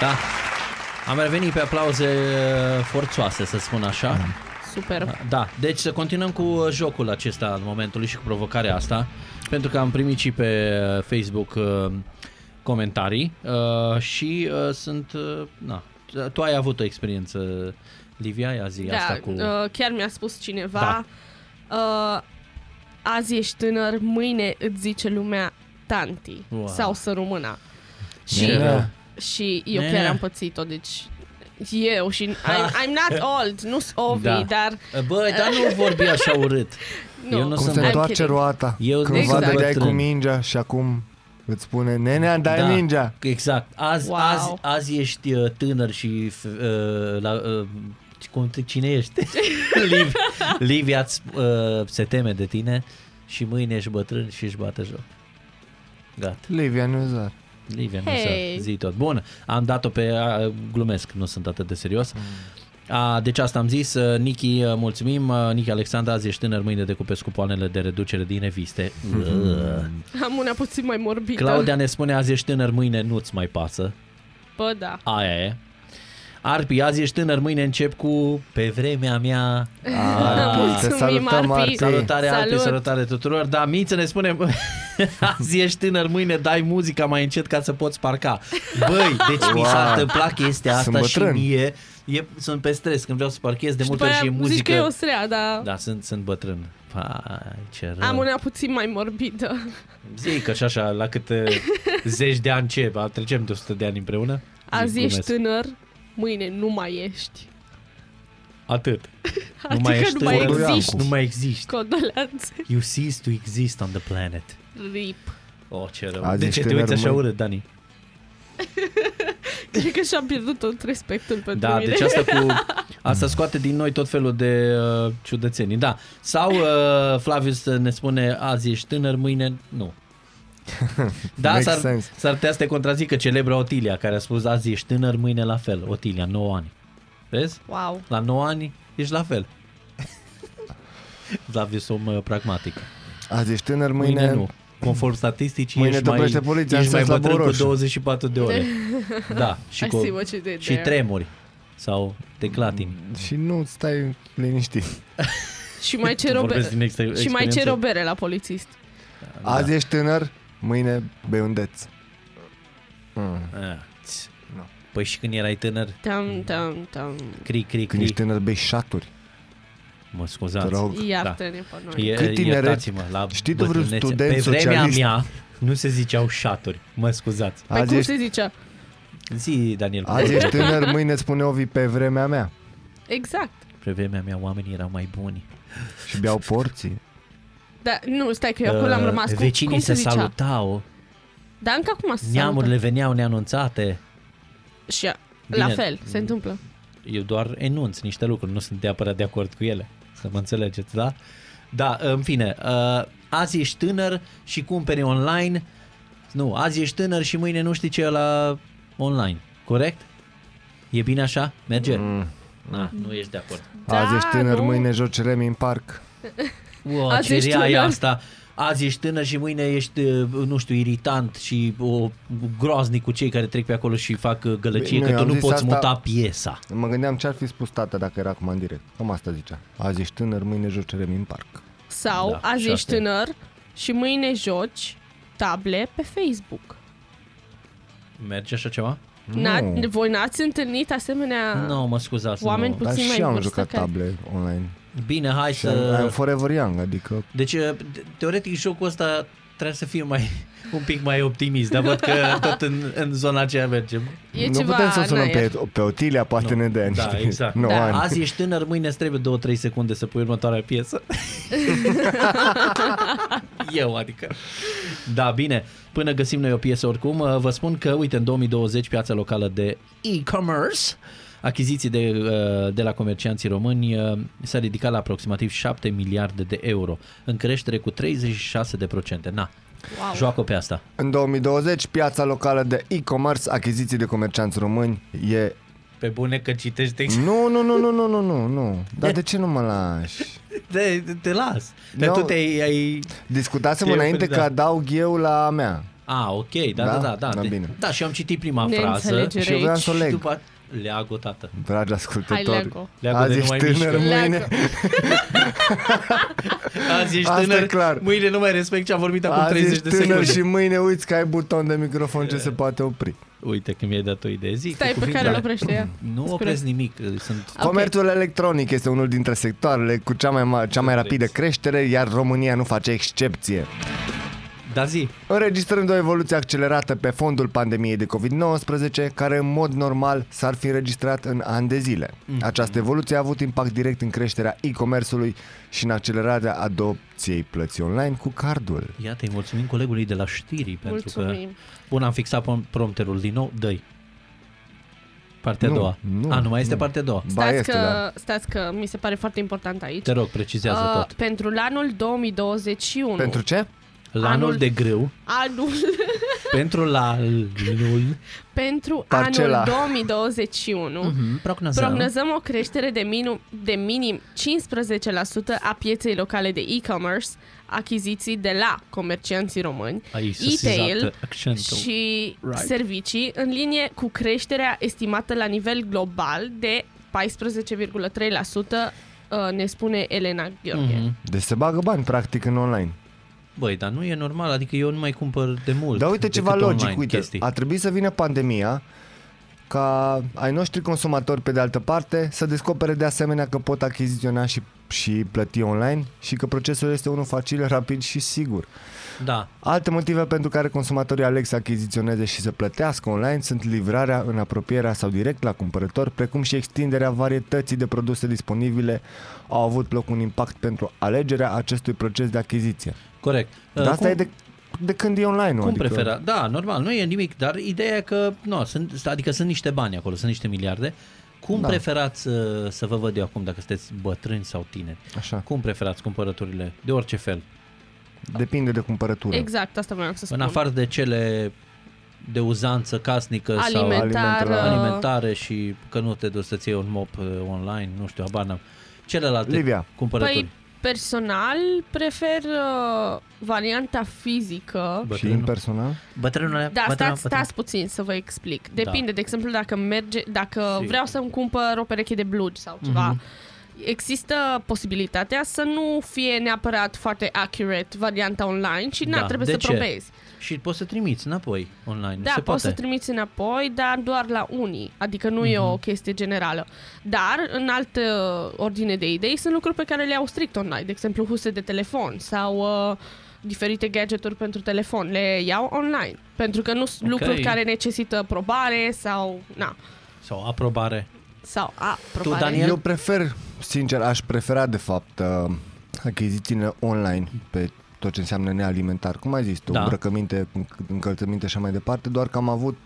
B: Da. Am revenit pe aplauze uh, forțoase, să spun așa.
G: Superb.
B: Da, deci să continuăm cu uh, jocul acesta al momentului și cu provocarea asta, pentru că am primit și pe uh, Facebook uh, comentarii uh, și uh, sunt... uh, Na, tu ai avut o experiență, Livia, ia zi asta
G: Da,
B: cu...
G: uh, chiar mi-a spus cineva.
B: Da.
G: Uh, azi ești tânăr, mâine îți zice lumea tanti.
B: Wow.
G: Sau să rămână. Și,
B: Da.
G: și eu
B: Ne.
G: chiar am pățit-o, deci eu și I'm, I'm not old, nu sunt Ovi,
B: Da.
G: da. dar
B: Bă, dar nu vorbi așa urât.
G: nu.
B: Eu nu
C: Cum
B: sunt
C: se
G: I'm
C: întoarce
G: kidding.
C: roata.
B: Eu
C: Când
G: Exact.
C: exact. dai cu
B: bătrân.
C: mingea și acum îți spune, nenea, dai
B: Da,
C: mingea.
B: Exact. Azi, wow.
G: Wow.
B: azi, azi ești uh, tânăr și f- uh, la, uh, cum te- cine ești? Liv, Livia îți, uh, se teme de tine și mâine ești bătrân și își bate joc. Gata.
C: Livia Nuzar.
B: Livia,
G: Hey.
B: hey. nu să zi tot. Bun, am dat-o pe... A, glumesc, nu sunt atât de serios. A, deci asta am zis, uh, Nichi, uh, mulțumim. Uh, Nichi Alexandra, azi ești tânăr, mâine decupezi cupoanele de reducere din reviste. Uh.
G: Am una puțin mai morbidă.
B: Claudia ne spune, azi ești tânăr, mâine nu-ți mai pasă.
G: Bă, da.
B: Aia e. Arpi, azi ești tânăr, mâine încep cu pe vremea mea.
G: Mulțumim,
C: Te salutăm,
G: Arpi.
C: Arpi.
B: Salutare
G: Ah, Salut.
B: Arpi, salutare tuturor. Da, Miță ne spune, azi ești tânăr, mâine dai muzica mai încet ca să poți parca. Băi, deci mi s-a
C: Wow.
B: întâmplat chestia
C: Sunt
B: asta și
C: bătrân.
B: mie. E, sunt pe stres când vreau să parchez de
G: Și
B: multe
G: după
B: ori
G: aia
B: și e
G: zici că
B: muzică.
G: e o srea, dar da.
B: Da, sunt, sunt bătrân. Pai, ce rău.
G: am una puțin mai morbidă.
B: Zic că și așa, la câte zeci de ani ce, ba, trecem de 100 de ani împreună.
G: Azi
B: Zic,
G: ești
B: glumesc.
G: tânăr, mâine nu mai ești.
B: Atât.
G: Adică nu mai,
B: ești tânăr,
G: există
B: Nu mai există.
G: condolențe.
B: You cease to exist on the planet.
G: RIP.
B: Oh, ce rău.
C: Azi
B: de
C: ești
B: ce te
C: tânăr,
B: uiți așa
C: mâine-
B: urât, Dani?
G: Cred că și-am pierdut tot respectul pentru
B: Da,
G: mine.
B: deci asta cu asta scoate din noi tot felul de uh, ciudățenii. Da. Sau uh, Flavius ne spune azi ești tânăr, mâine nu. Da,
C: Makes
B: s-ar,
C: sense.
B: s-ar putea să te contrazică celebra Otilia care a spus azi ești tânăr, mâine la fel. Otilia, 9 ani. Vezi?
G: Wow.
B: La 9 ani ești la fel. Flavius om uh, pragmatic.
C: Azi ești tânăr,
B: Mâine,
C: mâine...
B: mâine nu. Conform statisticii,
C: Mâine
B: ești mai,
C: doprește poliția în
B: ești mai
C: sens la
B: bătrân cu
C: Boroș.
B: 24 de ore. Da, și,
G: I
B: cu,
G: see what you did
B: și
G: there.
B: tremuri sau te clatini.
C: Și nu stai liniștit.
G: Și mai cer o
B: Vorbesc din
G: bere.
B: ex-
G: Și mai cer
B: experiență.
G: o bere la polițist.
B: Da.
C: Azi ești tânăr, mâine bei un deț. Mm.
B: Ah, ți.
C: Nu.
B: Păi și când erai tânăr, Mm.
G: Tam, tam, tam.
B: cri, cri,
C: Când
B: cri.
C: ești tânăr, bei șaturi.
B: Mă
C: Te
B: scuzați.
C: rog.
G: Iartă-ne pe noi.
B: Da. E,
C: Cât tineret-
B: iertați-mă, la
C: Știi tu vreun
B: bătrânețe.
C: student
B: Pe vremea
C: socialist?
B: mea nu se ziceau șaturi. Mă scuzați.
G: Păi
C: Azi
G: cum
C: ești,
G: se zicea?
B: Zi, Daniel. cu
C: azi
B: vorbă.
C: ești tânăr, mâine îți spune Ovi pe vremea mea.
G: Exact.
B: Pe vremea mea oamenii erau mai buni.
C: Și beau porții.
G: Dar Da, nu, stai că eu acolo am
B: Uh,
G: rămas. Cum,
B: Vecinii
G: cum se,
B: se,
G: zicea?
B: salutau,
G: Dar încă acum se
B: neamurile veneau neanunțate.
G: salută. Și a-
B: Bine.
G: la fel, se întâmplă.
B: eu doar enunț niște lucruri, nu sunt neapărat de acord cu ele, să mă înțelegeți, da? Da, în fine, uh, azi ești tânăr și cumperi online Nu, azi ești tânăr și mâine nu știi ce e la online. Corect? E bine așa? Merge? Mm. Na, nu ești de acord.
G: Da,
C: Azi ești tânăr,
G: nu?
C: mâine joci remi în parc.
B: Wow,
G: Azi
B: ce
G: ești
B: rea e
G: tânăr.
B: asta. Azi ești tânăr și mâine ești, uh, nu știu, irritant și o, groaznic cu cei care trec pe acolo și fac uh, gălăgie,
C: Bine,
B: Bine, că tu
C: am
B: nu
C: zis
B: poți
C: asta-
B: muta piesa.
C: Mă gândeam ce ar fi spus tata dacă era acum în direct. Cam asta zicea. Azi ești tânăr, mâine joci remi în parc.
G: Sau
B: Da,
G: da,
B: și
G: azi
B: asta
G: ești
B: e.
G: tânăr și mâine joci table pe Facebook.
B: Merge așa ceva?
G: Na, voi n-ați întâlnit asemenea...
B: Nu, mă scuzați.
G: Oameni
B: nu.
G: puțin
C: Dar
G: mai
C: și eu am
G: vârstă
C: jucat
G: care-
C: table online.
B: Bine, hai
C: Și am
B: să...
C: forever young, adică
B: Deci, uh, te- teoretic, jocul ăsta trebuie să fie mai un pic mai optimist, dar văd că tot în, în zona aceea mergem.
G: E
C: nu
G: ceva
C: putem să o
G: în
C: sunăm
G: aer.
C: pe, pe Otilia, poate ne dea niște...
B: Da, exact.
C: Nu,
G: Da.
C: ani.
B: Azi ești tânăr, mâine îți trebuie 2-3 secunde să pui următoarea piesă. Eu, adică. Da, bine. Până găsim noi o piesă oricum, uh, vă spun că, uite, în 2020 piața locală de e-commerce achiziții de, uh, de la comercianții români uh, s-a ridicat la aproximativ 7 miliarde de euro, în creștere cu 36%. Na, wow. joacă pe asta.
C: În 2020, piața locală de e-commerce, achiziții de comercianți români, e...
B: Pe bune că citești text.
C: Nu, nu, nu, nu, nu, nu, nu, nu. Dar de ce nu mă lași?
B: Te, te las. Dar
C: Nu.
B: tu te-ai... Ai...
C: Discutasem
B: Eu
C: înainte
B: cred,
C: că
B: da.
C: adaug eu la a mea.
B: A, ok, da, da,
C: Da?
B: da, da.
C: Da,
B: De-
C: bine.
B: Da, și eu am citit prima frază.
G: Neînțelegere
C: Și eu vreau
G: aici.
C: să o leg.
B: Și după Leagă, tată.
C: Dragi
G: Hai,
C: ascultători,
G: Leago.
B: Leago de
C: azi
B: nu
C: ești
B: mai
C: tânăr,
B: mișcă.
C: mâine...
B: Azi ești
C: Asta e
B: tânăr,
C: clar.
B: mâine nu mai respect ce am vorbit acum
C: Azi
B: 30
C: ești
B: de
C: tânăr
B: secunde.
C: și mâine uiți că ai buton de microfon ce se poate opri.
B: Uite că mi-ai dat o idee. Zic,
G: Stai pe
B: cuvinte,
G: care îl
B: da.
G: oprește ea.
B: Nu opresc nimic. uh, Sunt...
G: Ok.
C: Comerțul electronic este unul dintre sectoarele cu cea mai, ma- cea mai rapidă
B: Corect.
C: creștere, iar România nu face excepție.
B: Da zi.
C: Înregistrând o evoluție accelerată pe fondul pandemiei de COVID-19, care în mod normal s-ar fi înregistrat în ani de zile. Această evoluție a avut impact direct în creșterea e-commerce-ului și în accelerarea adopției plății online cu cardul.
B: Iată, îi mulțumim colegului de la știri pentru
G: Mulțumim.
B: că... Bun, am fixat prom- prompterul din nou. dă Partea
C: Nu,
B: a doua.
C: nu,
B: a, nu mai este partea a doua.
C: Ba,
G: Stați
C: este, da.
G: că, stați că mi se pare foarte important aici.
B: Te rog, precizează
G: Uh,
B: tot.
G: Pentru anul 2021.
C: Pentru ce?
B: La anul
G: anul-
B: de greu,
G: Anul.
B: pentru la anul...
G: pentru
C: Parcela.
G: anul 2021.
B: Mhm, Prognozăm.
G: Prognozăm o creștere de, minum, de minim 15% a pieței locale de e-commerce, achiziții de la comercianții români,
B: Ai sesizat
G: e-tail
B: accentul.
G: și
B: Right.
G: right. servicii, în linie cu creșterea estimată la nivel global de 14,3%, uh, ne spune Elena Gheorghe.
B: Mhm.
C: Deci se bagă bani practic în online.
B: Băi, dar nu e normal, adică eu nu mai cumpăr de mult.
C: Dar Da, uite
B: decât
C: ceva logic,
B: online
C: uite,
B: chestii.
C: a trebuit să vină pandemia ca ai noștri consumatori pe de altă parte să descopere de asemenea că pot achiziționa și, și plăti online și că procesul este unul facil, rapid și sigur.
B: Da,
C: Alte motive pentru care consumatorii aleg să achiziționeze și să plătească online sunt livrarea în apropierea sau direct la cumpărător, precum și extinderea varietății de produse disponibile au avut loc un impact pentru alegerea acestui proces de achiziție.
B: corect.
C: Dar
B: Uh,
C: asta e de, de când e online, adică- nu?
B: cum prefera? Da, normal, nu e nimic, dar ideea e că, nu, sunt, adică sunt niște bani acolo, sunt niște miliarde. Cum da.
C: Da.
B: preferați uh, să vă văd eu acum, dacă sunteți bătrâni sau tineri?
C: Așa.
B: Cum preferați cumpărăturile, de orice fel?
C: Da. Depinde de cumpărătură.
G: Exact, asta voiam să spun.
B: În afară de cele de uzanță casnică sau
G: alimentară,
C: alimentară.
B: alimentare și că nu te duci să-ți iei un mop uh, online, nu știu, abar n-am. Celelalte
C: Livia.
B: cumpărături.
G: Păi, personal, prefer uh, varianta fizică.
C: Și
B: Bătrânul.
C: impersonal?
B: Bătrânule,
G: Da,
B: bătrânule,
G: stați,
B: bătrânule.
G: stați puțin să vă explic. Depinde, de exemplu, dacă merge, dacă
B: Da. Sigur. Mhm.
G: vreau să-mi cumpăr o pereche de blugi sau ceva, există posibilitatea să nu fie neapărat foarte accurate varianta online și
B: Da,
G: nu trebuie
B: de
G: să
B: ce?
G: probezi.
B: Și poți să trimiți înapoi online.
G: Da,
B: se
G: poți
B: poate. Mhm.
G: să trimiți înapoi, dar doar la unii. Adică nu e o chestie generală. Dar, în altă ordine de idei, sunt lucruri pe care le au strict online. De exemplu, huse de telefon sau uh, diferite gadgeturi pentru telefon. Le iau online. Pentru că nu sunt
B: Ok.
G: lucruri care necesită probare sau... Na,
B: Sau aprobare.
G: sau a,
B: Tu,
G: probare.
B: Daniel?
C: Eu prefer, sincer, aș prefera de fapt uh, achizițiile online pe tot ce înseamnă nealimentar. Cum ai zis tu,
B: Da.
C: da. îmbrăcăminte, înc- încălțăminte și așa mai departe, doar că am avut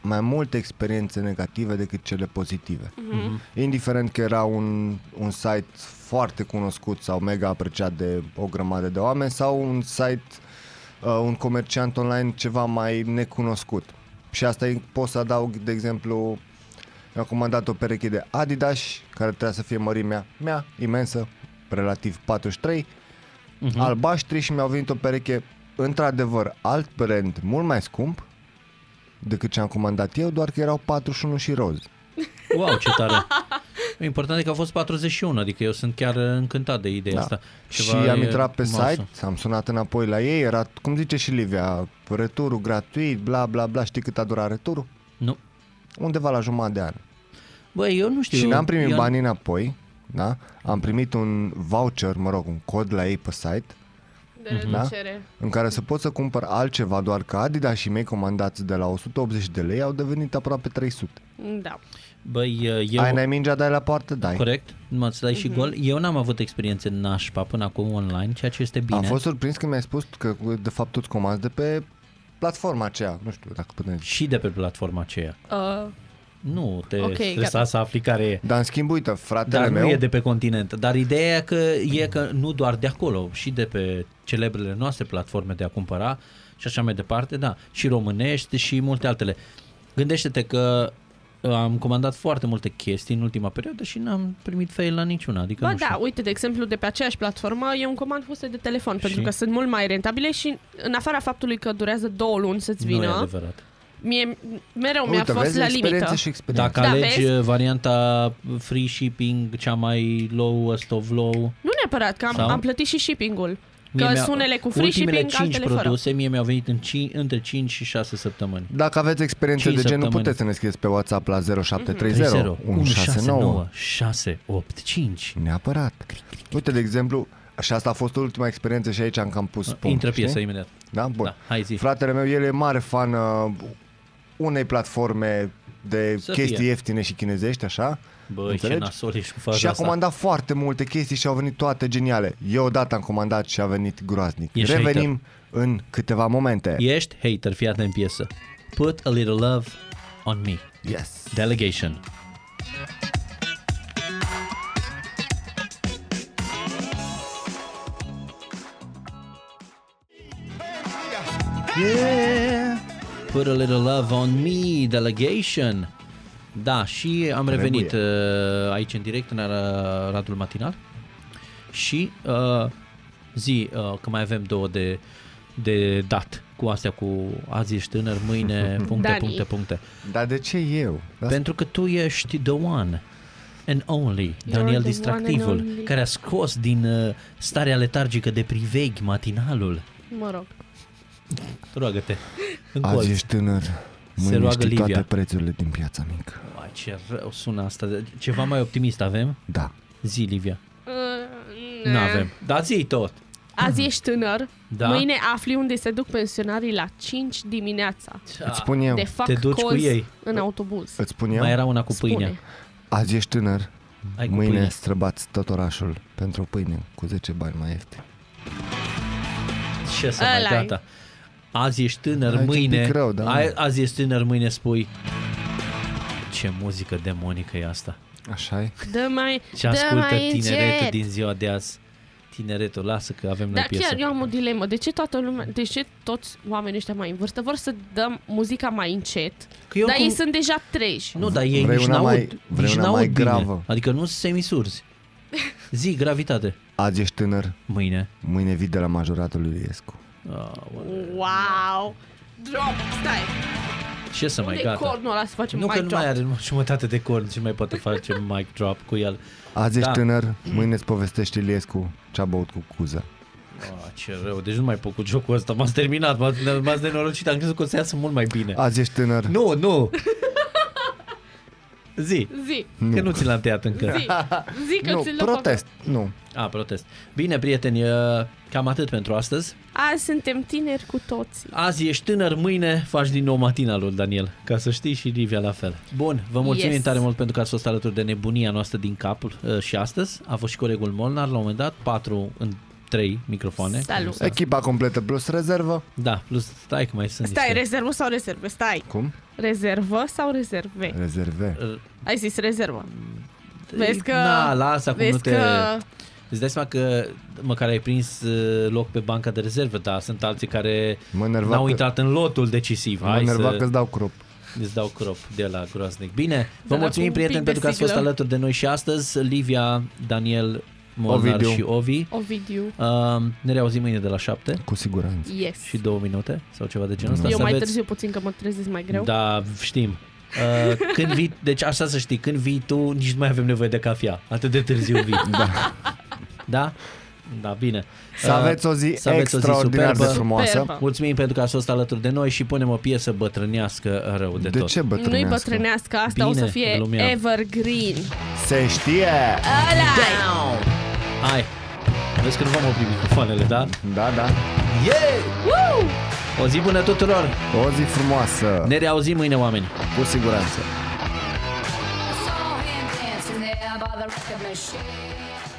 C: mai multe experiențe negative decât cele pozitive. Mm-hmm. Indiferent că era un, un site foarte cunoscut sau mega apreciat de o grămadă de oameni sau un site uh, un comerciant online ceva mai necunoscut. Și asta e- pot să adaug, de exemplu, mi-a comandat o pereche de Adidas, care trebuia să fie mărimea mea, imensă, relativ 43, uh-huh.
B: Mhm.
C: albaștri și mi-au venit o pereche, într-adevăr, alt brand, mult mai scump, decât ce am comandat eu, doar că erau 41 și roz.
B: Wow, ce tare! Important e că a fost 41, adică eu sunt chiar încântat de ideea asta.
C: Da. și am intrat pe site, am sunat înapoi la ei, era, cum zice și Livia, returul gratuit, bla bla bla, știi cât a durat returul?
B: Nu.
C: Undeva la jumătate de an.
B: Băi, eu nu știu.
C: Și n-am
B: eu,
C: primit
B: eu-
C: banii înapoi, da? Am primit un voucher, mă rog, un cod la ei pe site,
G: De
B: Mhm.
G: reducere.
C: în care să pot să cumpăr altceva, doar că Adidas și mei comandați de la 180 de lei au devenit aproape 300.
G: Da.
B: Băi, eu...
C: Eu... Ai n-ai mingea, dai la poartă, dai.
B: Corect, numai să dai
G: Mhm.
B: și gol. Eu n-am avut experiențe nașpa până acum online, ceea ce este bine.
C: Am fost surprins când mi-ai spus că de fapt tu-ți comanzi de pe platforma aceea, nu știu dacă putem zice.
B: Și de pe platforma aceea.
G: Uh,
B: Nu te
G: Ok,
B: okay, stresa
G: gata.
B: să afli care e.
C: Dar în schimb, uite, fratele
B: Dar
C: meu...
B: nu e de pe continent. Dar ideea e că e că nu doar de acolo, și de pe celebrele noastre platforme de a cumpăra și așa mai departe, da, și românești și multe altele. Gândește-te că uh, am comandat foarte multe chestii în ultima perioadă și n-am primit fail la niciuna. Adică
G: ba
B: nu știu.
G: da, uite, de exemplu, de pe aceeași platformă eu un comand fuse de telefon, și? pentru că sunt mult mai rentabile și în afara faptului că durează două luni să-ți
B: nu e
G: vină,
B: adevărat.
G: mie mereu mi-a
C: Uite,
G: fost
C: vezi,
G: la
C: experiență
G: limită.
C: și experiență.
B: Dacă
G: Da,
B: alegi uh,
G: vezi?
B: varianta free shipping, cea mai lowest of low,
G: Nu neapărat, că am,
B: Sau?
G: am plătit și shipping-ul.
B: mie
G: Că
B: mi-a-
G: sunt unele cu free
B: ultimele
G: shipping,
B: 5
G: altele fără.
B: produse mie mi-au venit în cin- între 5 și 6 săptămâni.
C: Dacă aveți experiențe
B: Cinci
C: de genul,
B: săptămâni. Mhm.
C: puteți să ne scrieți pe WhatsApp la 0730
B: 30
C: 169
B: 685.
C: Neapărat. Uite, de exemplu, și asta a fost ultima experiență și aici am cam pus punct,
B: Intră
C: știi?
B: piesă imediat.
C: Da? Bun.
B: Da, hai zi.
C: Fratele meu, el e mare fan uh, unei platforme de
B: Să
C: chestii
B: fie.
C: ieftine și chinezești, așa.
B: Băi, ce
C: Înțelegi?
B: nasol ești cu faza
C: și a
B: Păi asta.
C: comandat foarte multe chestii și au venit toate geniale. Eu odată am comandat și a venit groaznic.
B: Ești
C: Revenim în câteva momente.
B: Ești hater, fii atent în piesă. Put a little love on me.
C: Yes.
B: Delegation. Yeah. Put a little love on me, delegation. Da, și am revenit uh, aici în direct, în uh, Radul Matinal. Și uh, zi uh, că mai avem două de, de dat cu astea cu azi ești tânăr, mâine, puncte,
G: Dani.
B: puncte, puncte.
C: Dar de ce eu? Asta
B: Pentru că tu ești the one and only, Daniel
G: the
B: Distractivul,
G: one and only.
B: care a scos din uh, starea letargică de priveghi matinalul.
G: Mă rog.
B: Roagă-te. În colț.
C: Azi ești tânăr, mâine
B: roagă
C: știi
B: Livia.
C: toate prețurile din piața mică.
B: Uai, ce rău sună asta. Ceva mai optimist avem?
C: Da.
B: Zi, Livia.
G: Uh,
B: Nu avem. Da, zi tot.
G: Azi ești tânăr,
B: Da.
G: da. mâine afli unde se duc pensionarii la 5 dimineața.
B: Da.
C: Îți spun eu,
G: De fapt,
B: Te duci cu
G: cozi
B: ei.
G: în autobuz.
C: îți spun eu,
B: Mai era una cu pâine.
G: Spune.
C: azi ești tânăr,
B: Ai cu
C: mâine
B: pâine.
C: străbați tot orașul pentru pâine cu 10 bani mai ieftin.
B: Ce să mai
G: Ăla-i.
B: gata. Azi ești tânăr,
C: Aici e un
B: mâine...
C: pic rău, da, mă.
B: ai- azi ești tânăr, mâine spui... Ce muzică demonică e asta.
C: Așa e?
G: Dă mai,
B: Și
G: dă
B: ascultă
G: mai
B: tineretul
G: încet.
B: din ziua de azi. Tineretul, lasă că avem noi
G: Dar
B: piesă.
G: Da, chiar eu am o dilemă. De ce toată lumea, de ce toți oamenii ăștia mai în vârstă vor să dăm muzica mai încet?
B: Că eu
G: dar
B: cum-
G: ei sunt deja treji.
B: Nu, dar ei
C: Vrei
B: nici
C: una
B: n-aud,
C: mai- vrei
B: nici
C: una
B: n-aud
C: mai
B: bine.
C: gravă?
B: Adică nu sunt semisurzi. Zi, gravitate.
C: Azi ești tânăr,
B: Mâine.
C: mâine vii de la majoratul lui Iescu.
G: Wow! Drop! Stai!
B: Ce să mai
G: Unde
B: gata?
G: cornul ăla să facem
B: nu
G: mic
B: că nu
G: drop?
B: mai are jumătate de corn și mai poate face mic drop cu el.
C: Azi ești
B: Da.
C: tânăr, mâine îți povestește Iliescu ce-a băut cu cuza.
B: Oh, ce rău, deci nu mai pot cu jocul ăsta, m-ați terminat, m-ați, m-ați nenorocit, am crezut că o să iasă mult mai bine.
C: Azi ești tânăr,
B: Nu, nu! Zi,
G: Zi,
B: că nu ți l-am tăiat încă.
G: zi, zi că
C: Da. nu
G: ți-l dau
C: protest, nu.
B: A, protest. Bine, prieteni, uh, cam atât pentru astăzi.
G: pe- Azi suntem tineri cu toții.
B: Azi ești tânăr, mâine faci din nou matinalul, Daniel. Ca să știi și Livia la fel. Bun, vă mulțumim yes.
G: Yes.
B: tare mult pentru că ați fost alături de nebunia noastră din cap uh, și astăzi. A fost și colegul Molnar la un moment dat, 4 în 3 microfoane.
G: Salut.
C: Echipa completă plus rezervă.
B: Da, plus stai că mai sunt
G: Stai,
B: niște...
G: rezervă sau rezerve? Stai.
C: Cum?
G: Rezervă sau rezerve?
C: Rezerve.
G: Ai zis rezervă. Vezi că...
B: Da, Mm. lasă acum
G: vezi
B: nu te...
G: că...
B: Îți dai seama că măcar ai prins uh, loc pe banca de rezervă, dar sunt alții care
C: Mă enerva
B: n-au
C: că-
B: intrat în lotul decisiv.
C: Mă
B: Hai
C: enerva
B: să
C: că-ți dau crop.
B: îți dau crop de la groaznic. Bine, vă
G: Dar acum
B: mulțumim
G: un
B: prieteni
G: pic
B: pentru
G: de
B: că ați fost
G: siglă.
B: alături de noi și astăzi. Livia, Daniel, Molnar
C: Ovidiu.
B: și Ovi.
G: Ovidiu.
B: Uh, ne reauzim mâine de la 7
C: Cu siguranță.
G: Yes.
B: și 2 minute sau ceva de genul ăsta.
G: Eu
B: Să
G: mai
B: aveți-
G: târziu puțin că mă trezesc mai greu.
B: Da, știm. Uh, când vii, deci așa să știi, când vii tu, nici nu mai avem nevoie de cafea. Atât de târziu vii. Da. Da? Da, bine.
C: Să aveți o zi
B: să aveți o zi
C: extraordinar de
B: superbă.
C: frumoasă.
G: Superbă.
B: Mulțumim pentru că ați fost alături de noi și punem o piesă bătrânească rău de,
C: De
B: tot.
C: ce bătrânească?
G: Nu-i bătrânească, asta o
B: Bine,
G: să fie
B: glumeam.
G: evergreen.
C: Se știe!
G: Ăla!
B: Hai! Vezi că nu v-am oprit microfoanele, da?
C: Da, da.
B: O zi bună tuturor!
C: O zi frumoasă,
B: Ne reauzim mâine, oameni!
C: cu siguranță.
H: I saw him dancing there by the record machine.